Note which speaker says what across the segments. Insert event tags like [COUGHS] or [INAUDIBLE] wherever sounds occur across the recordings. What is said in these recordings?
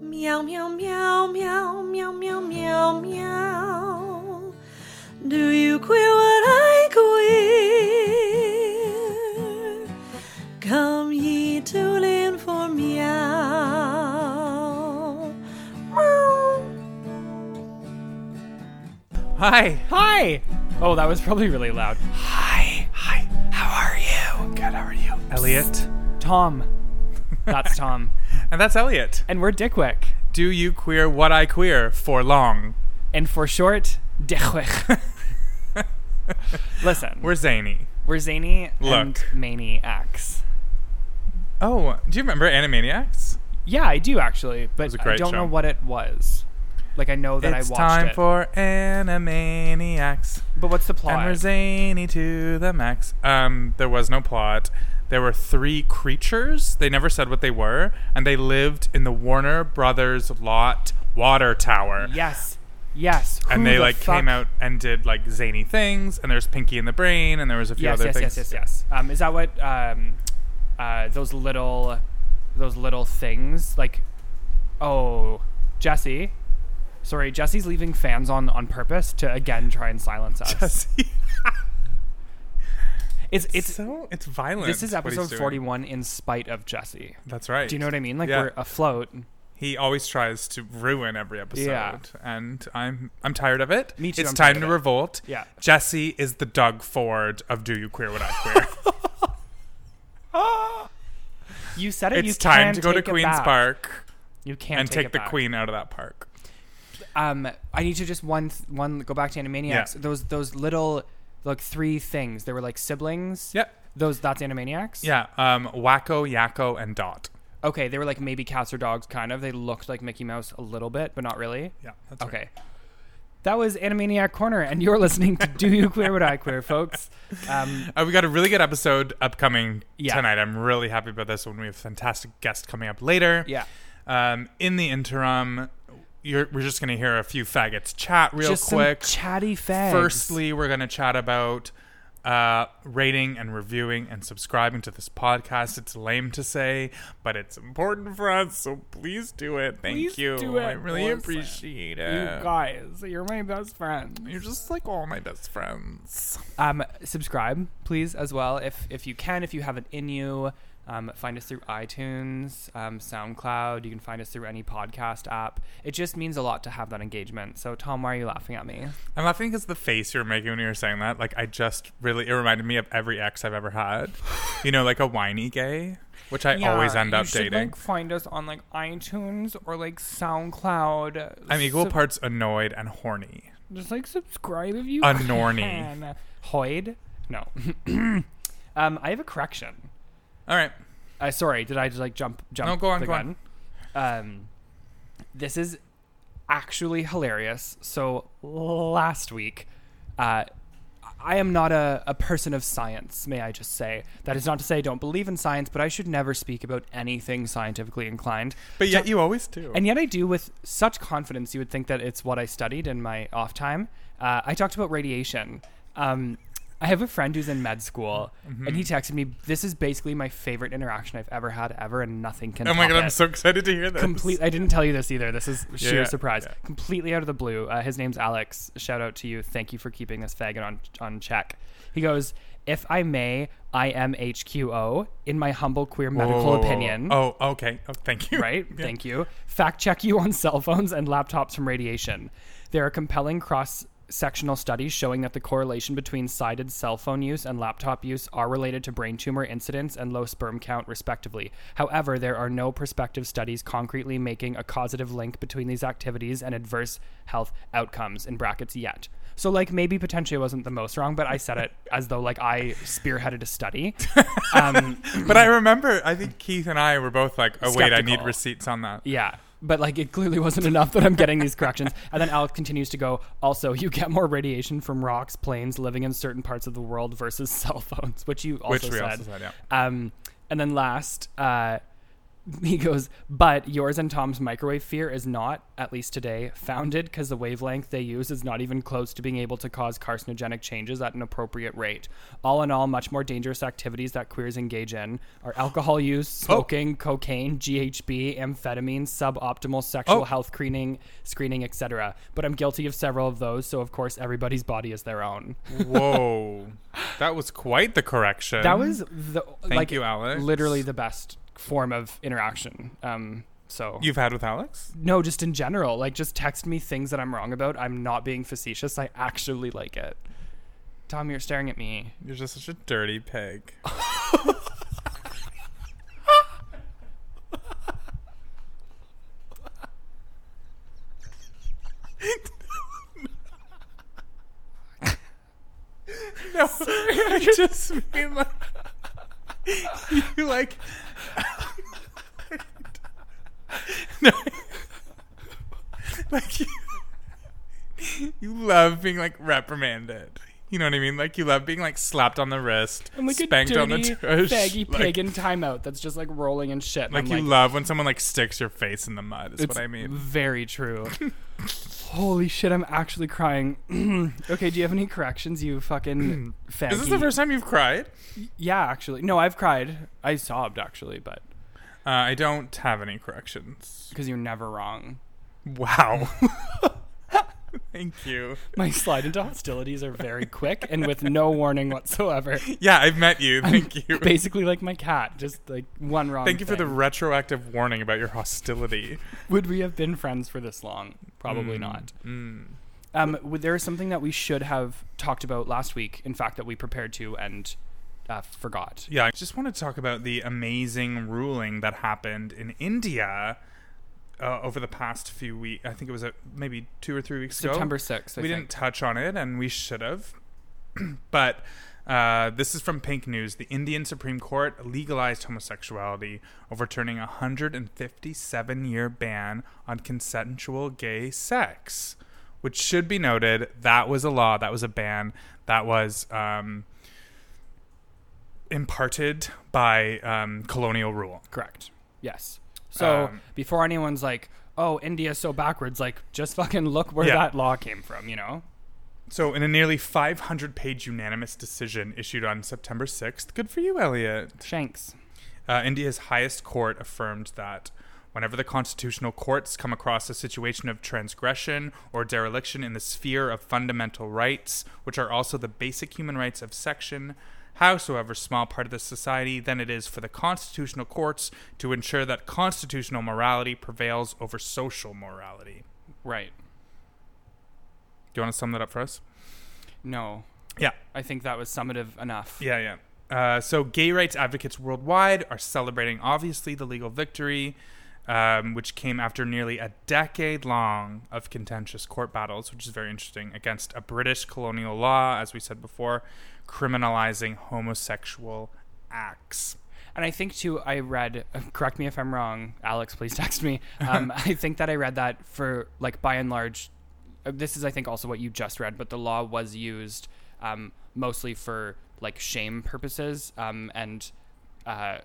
Speaker 1: Meow, meow, meow, meow, meow, meow, meow, meow. Do you queer what I queer? Come ye to lin for meow. Meow.
Speaker 2: Hi.
Speaker 3: Hi. Oh, that was probably really loud.
Speaker 2: Hi. Hi. How are you? Good. How are you? Elliot.
Speaker 3: Tom. That's
Speaker 2: [LAUGHS]
Speaker 3: Tom.
Speaker 2: And that's Elliot.
Speaker 3: And we're Dickwick.
Speaker 2: Do you queer what I queer for long? [LAUGHS]
Speaker 3: And for short, Dickwick. Listen, we're,
Speaker 2: We're zany.
Speaker 3: zany and
Speaker 2: Look.
Speaker 3: maniacs.
Speaker 2: Oh, do you remember Animaniacs?
Speaker 3: Yeah, I do actually, but
Speaker 2: was a
Speaker 3: I
Speaker 2: great
Speaker 3: don't know
Speaker 2: show.
Speaker 3: what it was. Like I know that
Speaker 2: it's
Speaker 3: I watched
Speaker 2: time
Speaker 3: it.
Speaker 2: for Animaniacs.
Speaker 3: but what's the plot?
Speaker 2: And we're zany to the max. Um, there was no plot. There were three creatures. They never said what they were, and they lived in the Warner Brothers lot water tower.
Speaker 3: yes. Yes. Who
Speaker 2: and they
Speaker 3: the
Speaker 2: like
Speaker 3: fuck?
Speaker 2: came out and did like zany things. And there's Pinky and the Brain, and there was a few
Speaker 3: Yes,
Speaker 2: other
Speaker 3: yes,
Speaker 2: things.
Speaker 3: yes, yes, yes. Um, is that what um, uh, those little, those little things like? Oh, Jesse, sorry, Jesse's leaving fans on on purpose to again try and silence us.
Speaker 2: [LAUGHS] Jesse.
Speaker 3: It's
Speaker 2: It's
Speaker 3: it's
Speaker 2: so it's violent.
Speaker 3: this is
Speaker 2: what he's
Speaker 3: episode
Speaker 2: doing.
Speaker 3: forty one in spite of Jesse.
Speaker 2: That's right.
Speaker 3: Do you know what I mean? Like
Speaker 2: Yeah.
Speaker 3: we're afloat.
Speaker 2: He always tries to ruin every episode,
Speaker 3: Yeah.
Speaker 2: and I'm I'm tired of it.
Speaker 3: Me too,
Speaker 2: It's
Speaker 3: I'm
Speaker 2: time
Speaker 3: tired
Speaker 2: to
Speaker 3: of it.
Speaker 2: revolt.
Speaker 3: Yeah.
Speaker 2: Jesse is the Doug Ford of Do You Queer What I
Speaker 3: [LAUGHS]
Speaker 2: Queer.
Speaker 3: You said it. you
Speaker 2: it's time
Speaker 3: can't
Speaker 2: to go to
Speaker 3: take it
Speaker 2: Queens
Speaker 3: back.
Speaker 2: Park
Speaker 3: You can't
Speaker 2: and take,
Speaker 3: it
Speaker 2: the
Speaker 3: back.
Speaker 2: Queen out of that park.
Speaker 3: Um, I need to just one th- one go back to Animaniacs.
Speaker 2: Yeah.
Speaker 3: Those those little like three things. They were like siblings.
Speaker 2: Yep.
Speaker 3: Those that's Animaniacs.
Speaker 2: Yeah. Um. Wacko, Yakko, and Dot.
Speaker 3: Okay, they were like maybe cats or dogs, kind of. They looked like Mickey Mouse a little bit, but not really.
Speaker 2: Yeah. That's right.
Speaker 3: Okay. That was Animaniac Corner, and you're listening to Do You Queer What I Queer, folks. Um,
Speaker 2: Uh, we got a really good episode upcoming
Speaker 3: Yeah.
Speaker 2: tonight. I'm really happy about this one. We have a fantastic guest coming up later.
Speaker 3: yeah.
Speaker 2: Um, in the interim, you're, we're just going to hear a few faggots chat real
Speaker 3: Just
Speaker 2: quick.
Speaker 3: some chatty fags.
Speaker 2: Firstly, we're going to chat about uh, rating and reviewing and subscribing to this podcast. It's lame to say, but it's important for us, so please do it. Thank
Speaker 3: Please
Speaker 2: you.
Speaker 3: do it.
Speaker 2: I really
Speaker 3: Listen,
Speaker 2: appreciate
Speaker 3: you
Speaker 2: it.
Speaker 3: guys, you're my best friend.
Speaker 2: You're just like all my best friends.
Speaker 3: Um, subscribe, please, as well, if if you can, if you have it in you. Um, find us through iTunes, um, SoundCloud. You can find us through any podcast app. It just means a lot to have that engagement. So, Tom, why are you laughing at me?
Speaker 2: I'm laughing because the face you were making when you were saying that, like, I just really, it reminded me of every ex I've ever had. You know, like a whiny gay, which I always end up
Speaker 3: you Should,
Speaker 2: dating.
Speaker 3: like, find us on like iTunes or like SoundCloud.
Speaker 2: I'm equal
Speaker 3: Sub-
Speaker 2: parts annoyed and horny.
Speaker 3: Just like subscribe if you [LAUGHS]
Speaker 2: Anorny.
Speaker 3: can. Hoid? No. [CLEARS THROAT] um, I have a correction.
Speaker 2: All right.
Speaker 3: Uh, sorry, did I just like jump? Jump?
Speaker 2: No, go on,
Speaker 3: the
Speaker 2: go
Speaker 3: gun? Um, this is actually hilarious. So last week, uh, I am not a, a person of science, may I just say. That is not to say I don't believe in science, but I should never speak about anything scientifically inclined.
Speaker 2: But yet you always do.
Speaker 3: And yet I do with such confidence. You would think that it's what I studied in my off time. Uh, I talked about radiation. Um, I have a friend who's in med school, and he
Speaker 2: Mm-hmm.
Speaker 3: texted me. This is basically my favorite interaction I've ever had ever, and nothing can.
Speaker 2: oh my
Speaker 3: top
Speaker 2: God,
Speaker 3: it."
Speaker 2: I'm so excited to hear this.
Speaker 3: Complete. I didn't tell you this either. This is sheer
Speaker 2: yeah,
Speaker 3: surprise.
Speaker 2: yeah.
Speaker 3: Completely out of the blue. Uh, his name's Alex. Shout out to you. Thank you for keeping this faggot on on check. He goes, "If I may, I am HQO in my humble queer
Speaker 2: Whoa,
Speaker 3: medical
Speaker 2: whoa, whoa, whoa.
Speaker 3: opinion."
Speaker 2: Oh, okay. Oh, thank
Speaker 3: [LAUGHS]
Speaker 2: you.
Speaker 3: right?
Speaker 2: Yeah.
Speaker 3: Thank you. Fact check you on cell phones and laptops from radiation. There are compelling cross sectional studies showing that the correlation between sided cell phone use and laptop use are related to brain tumor incidence and low sperm count, respectively. However, there are no prospective studies concretely making a causative link between these activities and adverse health outcomes, in brackets, yet. So, like, maybe potentially I wasn't the most wrong, but I said it as though, like, I spearheaded a study. Um,
Speaker 2: But I remember, I think Keith and I were both like, oh, wait, I need
Speaker 3: Skeptical.
Speaker 2: receipts
Speaker 3: [LAUGHS]
Speaker 2: on that.
Speaker 3: Yeah. But like it clearly wasn't enough that I'm getting these corrections. [LAUGHS] And then Alex continues to go, also, you get more radiation from rocks, planes, living in certain parts of the world [LAUGHS] versus cell phones, which you also Um,
Speaker 2: Which we
Speaker 3: said.
Speaker 2: also said, yeah.
Speaker 3: Um and then last, uh [LAUGHS] he goes, but yours and Tom's microwave fear is not, at least today, founded because the wavelength they use is not even close to being able to cause carcinogenic changes at an appropriate rate. All in all, much more dangerous activities that queers engage in are alcohol use, smoking, cocaine, GHB, amphetamine, suboptimal sexual
Speaker 2: Oh.
Speaker 3: health screening, screening, etc. But I'm guilty of several of those, so of course everybody's body is their own.
Speaker 2: Whoa, that was quite the correction.
Speaker 3: That was the like
Speaker 2: you, Alex.
Speaker 3: literally the best form of interaction. Um, so
Speaker 2: you've had with Alex.
Speaker 3: no, just in general, like just text me things that I'm wrong about. I'm not being facetious. I actually like it. Tom, you're staring at me.
Speaker 2: You're just such a dirty pig. no, [LAUGHS] I just mean like you like. no, like you, you love being like reprimanded. You know what I mean? Like you love being like slapped on the wrist,
Speaker 3: I'm like
Speaker 2: spanked
Speaker 3: a dirty,
Speaker 2: on the tush,
Speaker 3: faggy
Speaker 2: like,
Speaker 3: pig in timeout that's just like rolling in shit. and
Speaker 2: Like
Speaker 3: I'm
Speaker 2: you love when someone like sticks your face in the mud. Is
Speaker 3: It's
Speaker 2: what I mean.
Speaker 3: Very
Speaker 2: [LAUGHS]
Speaker 3: true. Holy shit, I'm actually crying. [CLEARS THROAT] okay, do you have any corrections, you fucking faggy?
Speaker 2: Is [CLEARS THROAT] this the first time you've cried?
Speaker 3: Yeah, actually. No, I've cried. I sobbed, actually, but
Speaker 2: Uh, I don't have any corrections.
Speaker 3: because you're never wrong.
Speaker 2: Wow. [LAUGHS] Thank you.
Speaker 3: My slide into hostilities are very quick and with no warning
Speaker 2: [LAUGHS]
Speaker 3: whatsoever.
Speaker 2: Yeah, I've met you. Thank you.
Speaker 3: Basically, like my cat, just like one wrong.
Speaker 2: Thank you for the
Speaker 3: thing.
Speaker 2: retroactive warning about your hostility.
Speaker 3: Would we have been friends for this long? Probably not.
Speaker 2: Mm.
Speaker 3: Um, w- there is something that we should have talked about last week. In fact, that we prepared to and uh, forgot.
Speaker 2: Yeah, I just want to talk about the amazing ruling that happened in India uh, over the past few weeks. I think it was uh maybe two or three weeks ago.
Speaker 3: September sixth. I
Speaker 2: we
Speaker 3: think.
Speaker 2: didn't touch on it, and we should have. [CLEARS THROAT] but uh, this is from Pink News. The Indian Supreme Court legalized homosexuality, overturning a 157 year ban on consensual gay sex, which should be noted that was a law, that was a ban, that was. Um, imparted by um, colonial rule.
Speaker 3: Correct. Yes. So
Speaker 2: Um,
Speaker 3: before anyone's like, "Oh, India's so backwards," like just fucking [LAUGHS] look where
Speaker 2: Yeah.
Speaker 3: that law came from. You know.
Speaker 2: So, in a nearly 500 page unanimous decision issued on September 6th, good for you, Elliot.
Speaker 3: Shanks.
Speaker 2: Uh, India's highest court affirmed that whenever the constitutional courts come across a situation of transgression or dereliction in the sphere of fundamental rights, which are also the basic human rights of section, howsoever small part of the society, then it is for the constitutional courts to ensure that constitutional morality prevails over social morality.
Speaker 3: Right.
Speaker 2: Do you want to sum that up for us?
Speaker 3: No.
Speaker 2: Yeah.
Speaker 3: I think that was summative enough.
Speaker 2: Yeah, yeah. Uh, so, gay rights advocates worldwide are celebrating, obviously, the legal victory, um, which came after nearly a decade long of contentious court battles, which is very interesting, against a British colonial law, as we said before, criminalizing homosexual acts.
Speaker 3: And I think too, I read. [LAUGHS] Correct me if I'm wrong, Alex. Please text me. Um, I think that I read that for like by and large, uh, this is I think also what you just read, but the law was used um, mostly for like shame purposes, um, and uh,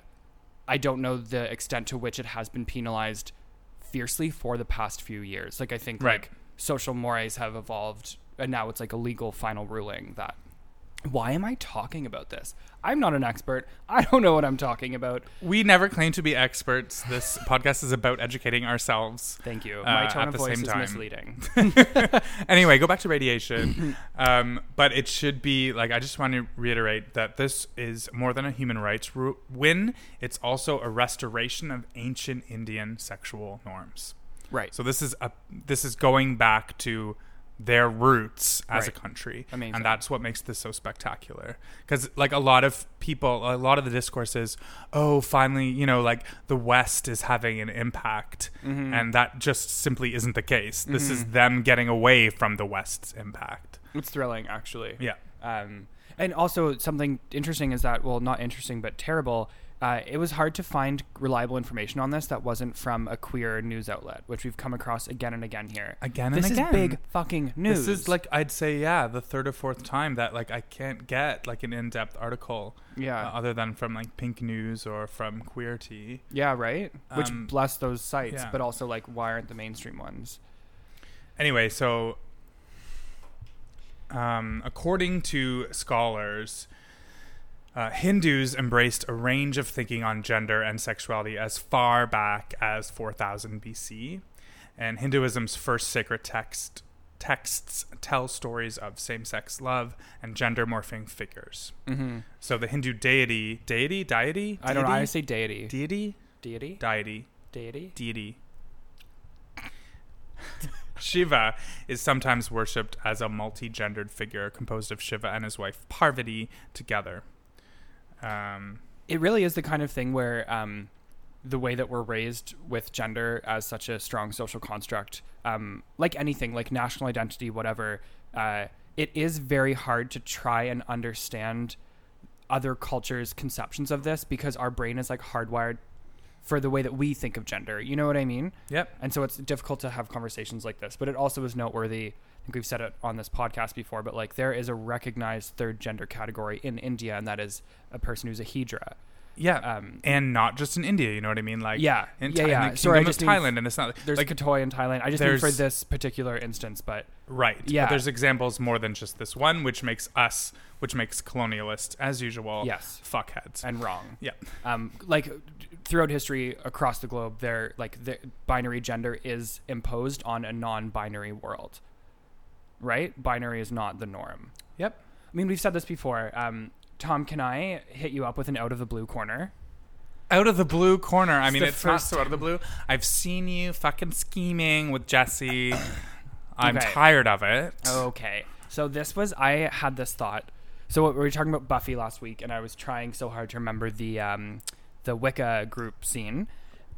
Speaker 3: I don't know the extent to which it has been penalized fiercely for the past few years. Like I think
Speaker 2: Right.
Speaker 3: like social mores have evolved, and now it's like a legal final ruling that why am I talking about this? I'm not an expert. I don't know what I'm talking about.
Speaker 2: We never claim to be experts.
Speaker 3: [LAUGHS]
Speaker 2: This podcast is about educating ourselves.
Speaker 3: Thank you.
Speaker 2: Uh,
Speaker 3: My tone
Speaker 2: at
Speaker 3: of
Speaker 2: the
Speaker 3: voice
Speaker 2: same
Speaker 3: is
Speaker 2: time. [LAUGHS]
Speaker 3: misleading.
Speaker 2: anyway, go back to radiation. Um, but it should be like I just want to reiterate that this is more than a human rights ru- win. It's also a restoration of ancient Indian sexual norms.
Speaker 3: right.
Speaker 2: So this is a this is going back to their roots as a
Speaker 3: Right.
Speaker 2: country,
Speaker 3: Amazing.
Speaker 2: and that's what makes this so spectacular. Because like a lot of people, a lot of the discourse is, oh, finally, you know, like the West is having an impact, and that just simply isn't the case. This is them getting away from the West's impact.
Speaker 3: It's thrilling, actually.
Speaker 2: Yeah.
Speaker 3: Um, and also something interesting is that well, not interesting but terrible Uh, it was hard to find reliable information on this that wasn't from a queer news outlet, which we've come across again and again here.
Speaker 2: Again and
Speaker 3: this
Speaker 2: again.
Speaker 3: is big fucking news.
Speaker 2: This is like I'd say, yeah, the third or fourth time that like I can't get like an in-depth article,
Speaker 3: Yeah.
Speaker 2: uh, other than from like Pink News or from Queerty.
Speaker 3: yeah, right. Which
Speaker 2: Um,
Speaker 3: bless those sites,
Speaker 2: yeah.
Speaker 3: but also like why aren't the mainstream ones?
Speaker 2: Anyway, so um, according to scholars, uh, Hindus embraced a range of thinking on gender and sexuality as far back as 4000 BC, and Hinduism's first sacred text texts tell stories of same-sex love and gender morphing figures.
Speaker 3: Mm-hmm.
Speaker 2: So the Hindu deity, deity, deity,
Speaker 3: I don't know. I
Speaker 2: deity,
Speaker 3: say deity.
Speaker 2: deity,
Speaker 3: deity.
Speaker 2: deity,
Speaker 3: deity.
Speaker 2: deity. Shiva is sometimes worshipped as a multi gendered figure composed of Shiva and his wife Parvati together. Um,
Speaker 3: It really is the kind of thing where um, the way that we're raised with gender as such a strong social construct, um, like anything, like national identity, whatever, uh, it is very hard to try and understand other cultures' conceptions of this because our brain is like hardwired for the way that we think of gender. You know what I mean?
Speaker 2: yep.
Speaker 3: And so it's difficult to have conversations like this, but it also is noteworthy. I think we've said it on this podcast before, but like there is a recognized third gender category in India, and that is a person who's a Hedra.
Speaker 2: Yeah.
Speaker 3: Um,
Speaker 2: and not just in India, you know what I mean? Like,
Speaker 3: Yeah.
Speaker 2: In,
Speaker 3: Yeah,
Speaker 2: Tha- in
Speaker 3: yeah.
Speaker 2: the
Speaker 3: Sorry, I
Speaker 2: kingdom
Speaker 3: just
Speaker 2: of
Speaker 3: mean-
Speaker 2: Thailand, and it's not
Speaker 3: There's
Speaker 2: like,
Speaker 3: Katoi in Thailand. I just mean for
Speaker 2: there's-
Speaker 3: this particular instance, but
Speaker 2: right.
Speaker 3: Yeah.
Speaker 2: But there's examples more than just this one, which makes us, which makes colonialists, as usual,
Speaker 3: Yes.
Speaker 2: fuckheads.
Speaker 3: and wrong.
Speaker 2: yeah.
Speaker 3: Um, like throughout history across the globe, there like the binary gender is imposed on a non-binary world. Right? Binary is not the norm.
Speaker 2: Yep.
Speaker 3: I mean, we've said this before. Um, Tom, can I hit you up with an out of the blue corner?
Speaker 2: out of the blue corner. I
Speaker 3: It's
Speaker 2: mean,
Speaker 3: the
Speaker 2: it's not
Speaker 3: first
Speaker 2: so out of the blue. I've seen you fucking scheming with
Speaker 3: [COUGHS]
Speaker 2: Jesse. I'm
Speaker 3: Okay. Oh.
Speaker 2: tired of it.
Speaker 3: Okay. So this was I had this thought. So we were talking about Buffy last week, and I was trying so hard to remember the um, the Wicca group scene,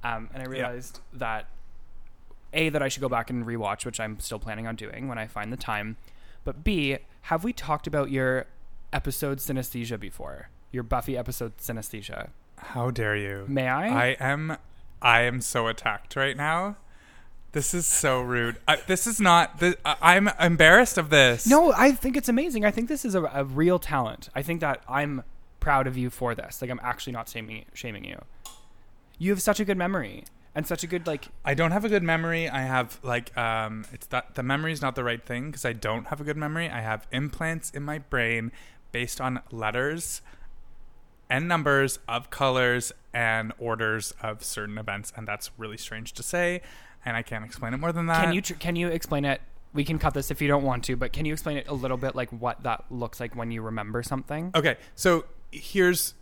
Speaker 3: um, and I realized that a that I should go back and rewatch, which I'm still planning on doing when I find the time. But b have we talked about your episode synesthesia before? Your Buffy episode synesthesia.
Speaker 2: How dare you?
Speaker 3: May I?
Speaker 2: I am. I am so attacked right now. This is so rude. I, this is not. This, I, I'm embarrassed of this.
Speaker 3: no, I think it's amazing. I think this is a, a real talent. I think that I'm proud of you for this. Like I'm actually not shaming shaming you. You have such a good memory and such a good like.
Speaker 2: I don't have a good memory. I have like um, it's that the memory is not the right thing because I don't have a good memory. I have implants in my brain based on letters and numbers of colors and orders of certain events, and that's really strange to say, and I can't explain it more than that.
Speaker 3: Can you tr- can you explain it? We can cut this if you don't want to, but can you explain it a little bit like what that looks like when you remember something?
Speaker 2: okay, so here's.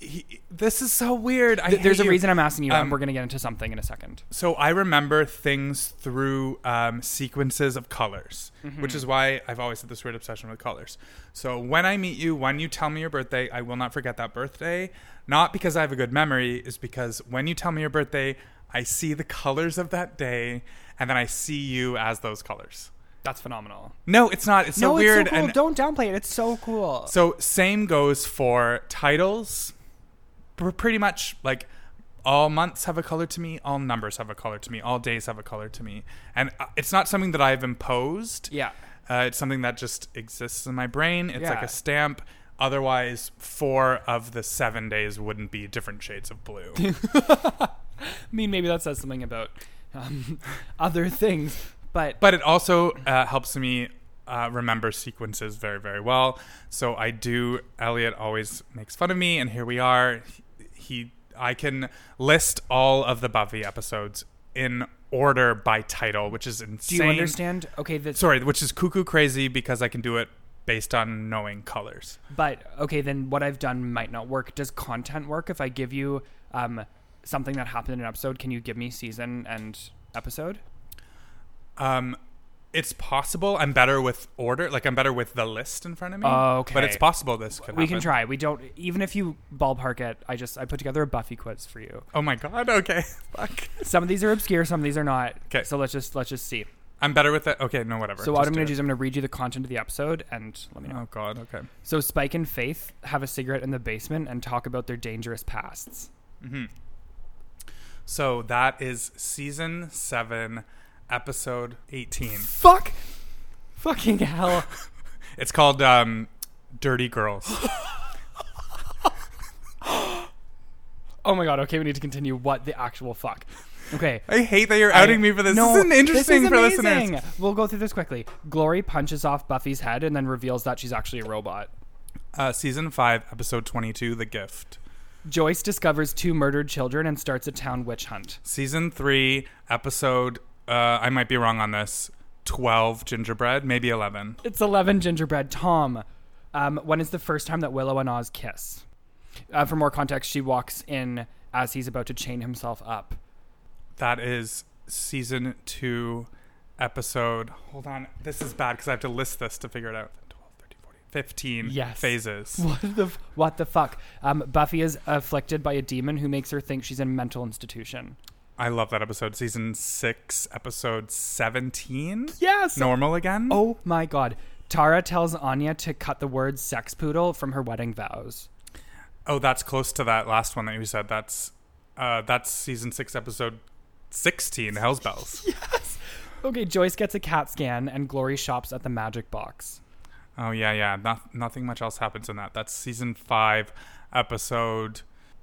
Speaker 2: He, this is so weird. I
Speaker 3: Th- There's a
Speaker 2: hate you.
Speaker 3: reason I'm asking you,
Speaker 2: Um,
Speaker 3: and we're gonna get into something in a second.
Speaker 2: so I remember things through um, sequences of colors, which is why I've always had this weird obsession with colors. So when I meet you, when you tell me your birthday, I will not forget that birthday. Not because I have a good memory, is because when you tell me your birthday, I see the colors of that day, and then I see you as those colors.
Speaker 3: That's phenomenal.
Speaker 2: No, it's not. It's so weird. and
Speaker 3: Don't downplay it. It's so cool.
Speaker 2: so same goes for titles. Pr- pretty much like all months have a color to me, all numbers have a color to me, all days have a color to me, and uh, it's not something that I've imposed.
Speaker 3: yeah.
Speaker 2: Uh, it's something that just exists in my brain. It's like
Speaker 3: Yeah.
Speaker 2: a stamp. Otherwise, four of the seven days wouldn't be different shades of blue.
Speaker 3: I mean, maybe that says something about um, [LAUGHS] other things, but
Speaker 2: but it also uh, helps me uh, remember sequences very very well so i do elliot always makes fun of me and here we are he i can list all of the buffy episodes in order by title which is
Speaker 3: do
Speaker 2: insane
Speaker 3: you understand? Okay, that's
Speaker 2: sorry which is cuckoo crazy because i can do it based on knowing colors
Speaker 3: But okay, then what I've done might not work. Does content work? If I give you um, something that happened in an episode, can you give me season and episode?
Speaker 2: um it's possible i'm better with order like i'm better with the list in front of me
Speaker 3: Okay.
Speaker 2: but it's possible this could
Speaker 3: We can
Speaker 2: happen.
Speaker 3: try. We don't. Even if you ballpark it, I just I put together a Buffy quiz for you.
Speaker 2: oh my god okay [LAUGHS] fuck
Speaker 3: Some of these are obscure. Some of these are not.
Speaker 2: 'Kay.
Speaker 3: So let's just let's just see.
Speaker 2: I'm better with that. Okay, no, whatever.
Speaker 3: So
Speaker 2: Just
Speaker 3: what I'm
Speaker 2: do
Speaker 3: going
Speaker 2: it.
Speaker 3: to do is I'm going to read you the content of the episode and let me know.
Speaker 2: Oh God. Okay.
Speaker 3: So Spike and Faith have a cigarette in the basement and talk about their dangerous pasts.
Speaker 2: So that is season seven, episode eighteen.
Speaker 3: Fuck. Fucking
Speaker 2: [LAUGHS]
Speaker 3: hell.
Speaker 2: It's called um, "Dirty Girls." [GASPS]
Speaker 3: Oh my god. Okay, we need to continue. What the actual fuck? Okay.
Speaker 2: I hate that you're outing
Speaker 3: I-
Speaker 2: me for this.
Speaker 3: No,
Speaker 2: this isn't interesting
Speaker 3: is
Speaker 2: for
Speaker 3: amazing.
Speaker 2: listeners.
Speaker 3: We'll go through this quickly. Glory punches off Buffy's head and then reveals that she's actually a robot.
Speaker 2: Uh, season five, episode twenty-two, "The Gift."
Speaker 3: Joyce discovers two murdered children and starts a town witch hunt.
Speaker 2: Season three, episode. Uh, I might be wrong on this. Twelve gingerbread, maybe eleven.
Speaker 3: It's 11 Gingerbread Tom. Um, when is the first time that Willow and Oz kiss? Uh, for more context, she walks in as he's about to chain himself up. [LAUGHS]
Speaker 2: That is season two, episode. Hold on. This is bad because I have to list this to figure it out. 12, 13, 14, 15
Speaker 3: Yes.
Speaker 2: phases.
Speaker 3: What the f- what the fuck? Um, Buffy is afflicted by a demon who makes her think she's in a mental institution.
Speaker 2: I love that episode. Season six, episode 17.
Speaker 3: Yes.
Speaker 2: Normal again?
Speaker 3: Oh my god. Tara tells Anya to cut the word sex poodle from her wedding vows.
Speaker 2: Oh, that's close to that last one that you said. That's uh, that's season six, episode 16,
Speaker 3: [LAUGHS]
Speaker 2: Hell's Bells.
Speaker 3: Okay, Joyce gets a CAT scan and Glory shops at the magic box.
Speaker 2: Oh, yeah, yeah. Not, nothing much else happens in that. That's season five, episode.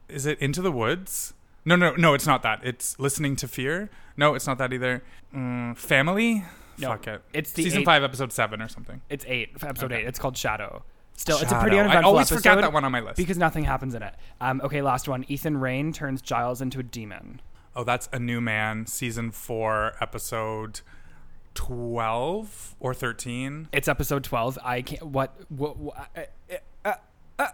Speaker 2: Is it Into the Woods? No, no, no, it's not that. It's Listening to Fear. No, it's not that either. Mm, family?
Speaker 3: No,
Speaker 2: Fuck it.
Speaker 3: it's the
Speaker 2: season
Speaker 3: eight-
Speaker 2: five, episode seven or something.
Speaker 3: It's eight, episode
Speaker 2: Okay.
Speaker 3: eight. It's called Shadow. Still, it's a pretty
Speaker 2: Shadow.
Speaker 3: uneventful
Speaker 2: I always
Speaker 3: episode
Speaker 2: forget that one on my list.
Speaker 3: because nothing happens in it. Um, okay, last one. Ethan Rain turns Giles into a demon.
Speaker 2: Oh, that's A New Man, season four, episode 12 or 13.
Speaker 3: It's episode twelve. I can't. What? What? what uh, uh, uh,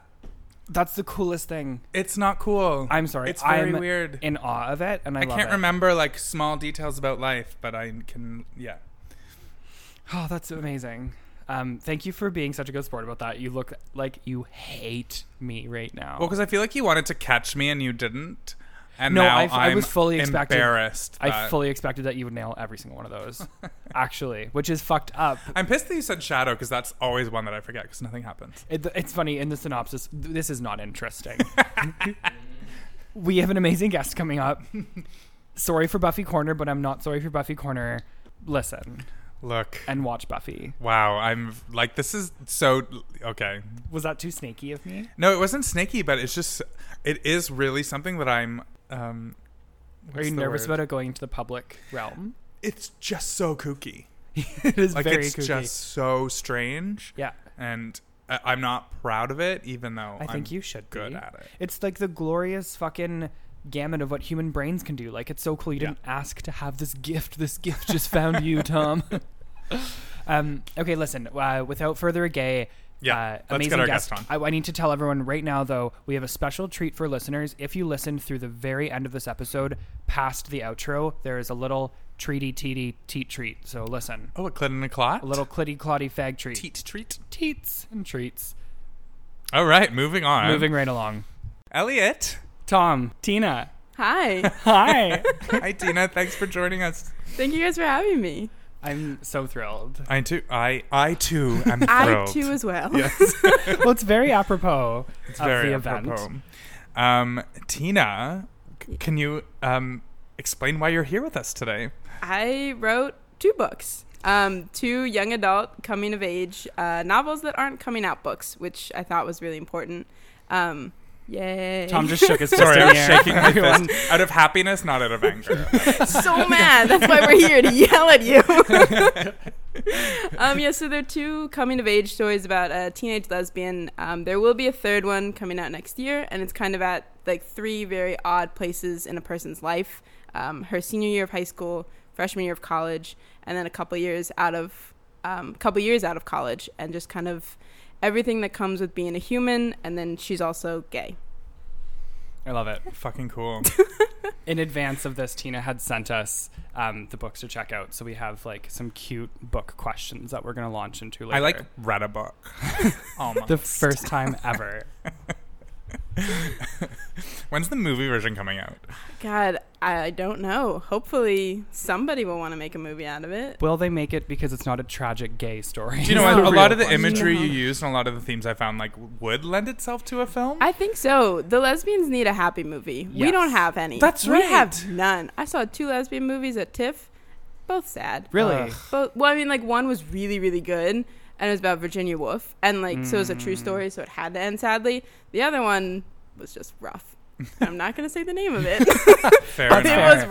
Speaker 3: that's the coolest thing.
Speaker 2: It's not cool.
Speaker 3: I'm sorry.
Speaker 2: It's very
Speaker 3: I'm
Speaker 2: weird.
Speaker 3: In awe of it, and I,
Speaker 2: I
Speaker 3: love
Speaker 2: can't
Speaker 3: it.
Speaker 2: remember like small details about life, but I can, yeah.
Speaker 3: Oh, that's amazing. Um, thank you for being such a good sport about that. You look like you hate me right now.
Speaker 2: Well, because I feel like you wanted to catch me and you didn't. And
Speaker 3: No,
Speaker 2: now
Speaker 3: I've- I
Speaker 2: am
Speaker 3: was fully expecting-
Speaker 2: embarrassed.
Speaker 3: I
Speaker 2: that-
Speaker 3: fully expected that you would nail every single one of
Speaker 2: [LAUGHS]
Speaker 3: those, actually, which is fucked up.
Speaker 2: I'm pissed that you said shadow because that's always one that I forget because nothing happens.
Speaker 3: It, it's funny in the synopsis. th- This is not
Speaker 2: [LAUGHS]
Speaker 3: interesting. we have an amazing guest coming up. Sorry for Buffy Corner, but I'm not sorry for Buffy Corner. Listen
Speaker 2: Look,
Speaker 3: and watch Buffy.
Speaker 2: wow, I'm like this is so okay.
Speaker 3: Was that too snaky of me?
Speaker 2: No, it wasn't snaky, but it's just it is really something that I'm. Um,
Speaker 3: Are you nervous about it going into the public realm? [LAUGHS]
Speaker 2: It's just so kooky.
Speaker 3: it is
Speaker 2: Like
Speaker 3: very
Speaker 2: it's
Speaker 3: kooky.
Speaker 2: just so strange,
Speaker 3: yeah.
Speaker 2: and I- I'm not proud of it, even though
Speaker 3: I think
Speaker 2: am
Speaker 3: you should
Speaker 2: good
Speaker 3: be.
Speaker 2: at it.
Speaker 3: It's like the glorious fucking gamut of what human brains can do. Like it's so cool you didn't ask to have this gift. This gift just found you,
Speaker 2: [LAUGHS]
Speaker 3: Tom. um, okay, listen. Uh, without further ado,
Speaker 2: Yeah,
Speaker 3: uh,
Speaker 2: let's get
Speaker 3: amazing
Speaker 2: our
Speaker 3: guest.
Speaker 2: guest
Speaker 3: I, I need to tell everyone right now, though, we have a special treat for listeners. If you listen through the very end of this episode, past the outro, there is a little treaty, teety, teat treat. So listen,
Speaker 2: Oh, a clit and a clot.
Speaker 3: a little clitty, clotty, fag treat.
Speaker 2: teat treat.
Speaker 3: Teats and treats.
Speaker 2: All right, moving on.
Speaker 3: Moving right along. [LAUGHS]
Speaker 2: Elliot.
Speaker 3: Tom, Tina,
Speaker 4: Hi.
Speaker 3: [LAUGHS] hi.
Speaker 2: Hi, Tina. Thanks for joining us.
Speaker 4: Thank you guys for having me.
Speaker 3: I'm so thrilled.
Speaker 2: I too. I I too am
Speaker 4: I
Speaker 2: thrilled.
Speaker 4: too as well.
Speaker 3: [LAUGHS]
Speaker 2: Yes,
Speaker 3: [LAUGHS] well, it's very apropos
Speaker 2: it's
Speaker 3: of
Speaker 2: very
Speaker 3: the event.
Speaker 2: apropos. Um, Tina, c- can you um explain why you're here with us today?
Speaker 4: I wrote two books. Um, two young adult coming of age uh, novels that aren't coming out books, which I thought was really important. Um, yay.
Speaker 3: Tom just
Speaker 2: [LAUGHS]
Speaker 3: shook his fist
Speaker 2: Sorry,
Speaker 3: in
Speaker 2: I'm
Speaker 3: the air. [LAUGHS]
Speaker 2: shaking my
Speaker 3: Everyone-
Speaker 2: fist out of happiness, not out of anger.
Speaker 3: [LAUGHS]
Speaker 4: so mad. That's why we're here to yell at you. um, yeah, so there are two coming of age stories about a teenage lesbian. Um, there will be a third one coming out next year, and it's kind of at like three very odd places in a person's life um, her senior year of high school, freshman year of college, and then a couple years out of um, couple years out of college, and just kind of everything that comes with being a human. And then she's also gay.
Speaker 3: I love it.
Speaker 2: Fucking cool.
Speaker 3: In advance of this, Tina had sent us um, the books to check out, so we have like some cute book questions that we're gonna launch into later. [LAUGHS]
Speaker 2: [LAUGHS] I like read a book. Almost.
Speaker 3: the first time ever.
Speaker 2: When's the movie version coming out?
Speaker 4: God, I don't know. Hopefully, somebody will want to make a movie out of it.
Speaker 3: Will they make it because it's not a tragic gay story?
Speaker 2: Do you know
Speaker 3: It's
Speaker 2: what?
Speaker 3: the
Speaker 2: A lot
Speaker 3: real
Speaker 2: of the
Speaker 3: question.
Speaker 2: imagery
Speaker 4: Yeah.
Speaker 2: you used and a lot of the themes I found like would lend itself to a film.
Speaker 4: I think so. The lesbians need a happy movie. We
Speaker 3: Yes.
Speaker 4: don't have any.
Speaker 2: That's
Speaker 4: We
Speaker 2: right.
Speaker 4: have none. I saw two lesbian movies at TIFF, both sad.
Speaker 3: Really?
Speaker 2: Ugh.
Speaker 4: But well, I mean, like one was really, really good, and it was about Virginia Woolf, and like so it was a
Speaker 2: Mm.
Speaker 4: true story, so it had to end sadly. The other one was just
Speaker 2: [LAUGHS]
Speaker 4: rough. I'm not gonna say the name of it,
Speaker 2: Fair
Speaker 4: but [LAUGHS] it
Speaker 2: enough.
Speaker 4: was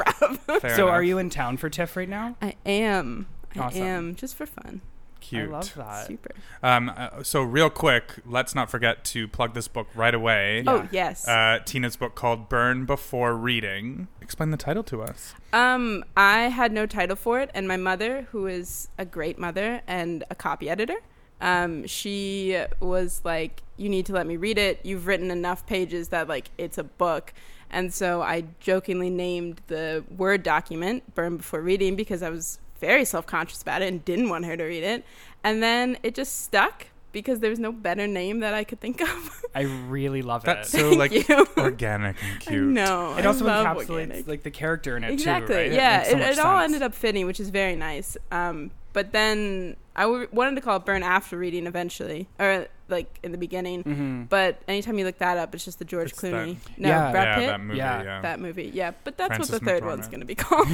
Speaker 4: rough.
Speaker 2: Fair
Speaker 3: so
Speaker 2: enough.
Speaker 3: are you in town for TIFF right now?
Speaker 4: I am. I
Speaker 3: Awesome.
Speaker 4: am just for fun.
Speaker 2: cute?
Speaker 3: I love that.
Speaker 4: Super.
Speaker 2: Um, uh, so real quick, let's not forget to plug this book right away.
Speaker 4: Oh yes.
Speaker 2: Uh, Tina's book called Burn Before Reading. Explain the title to us.
Speaker 4: Um, I had no title for it, and my mother, who is a great mother and a copy editor, um, she was like, "You need to let me read it. You've written enough pages that like it's a book." And so I jokingly named the Word document "Burn Before Reading" because I was very self-conscious about it and didn't want her to read it. And then it just stuck because there was no better name that I could think of. [LAUGHS]
Speaker 3: I really love
Speaker 2: That's
Speaker 3: it.
Speaker 2: so like
Speaker 4: you.
Speaker 2: organic
Speaker 4: [LAUGHS]
Speaker 2: and cute.
Speaker 4: no,
Speaker 3: it also
Speaker 4: love
Speaker 3: encapsulates
Speaker 4: organic.
Speaker 3: like the character in it
Speaker 4: exactly
Speaker 3: too, right?
Speaker 4: yeah
Speaker 3: makes
Speaker 4: it,
Speaker 3: so
Speaker 4: it,
Speaker 3: much
Speaker 4: all
Speaker 3: sense.
Speaker 4: ended up fitting which is very nice um, but then i w- wanted to call it burn after reading eventually or like in the beginning
Speaker 3: Mm. Mm-hmm.
Speaker 4: but anytime you look that up it's just the george
Speaker 2: It's
Speaker 4: clooney
Speaker 2: that-
Speaker 4: no
Speaker 3: Yeah.
Speaker 4: brad
Speaker 2: yeah,
Speaker 4: pitt
Speaker 2: that movie. Yeah.
Speaker 3: Yeah.
Speaker 4: That movie yeah but that's
Speaker 2: Frances
Speaker 4: what the third
Speaker 2: McDormand.
Speaker 4: one's going to be called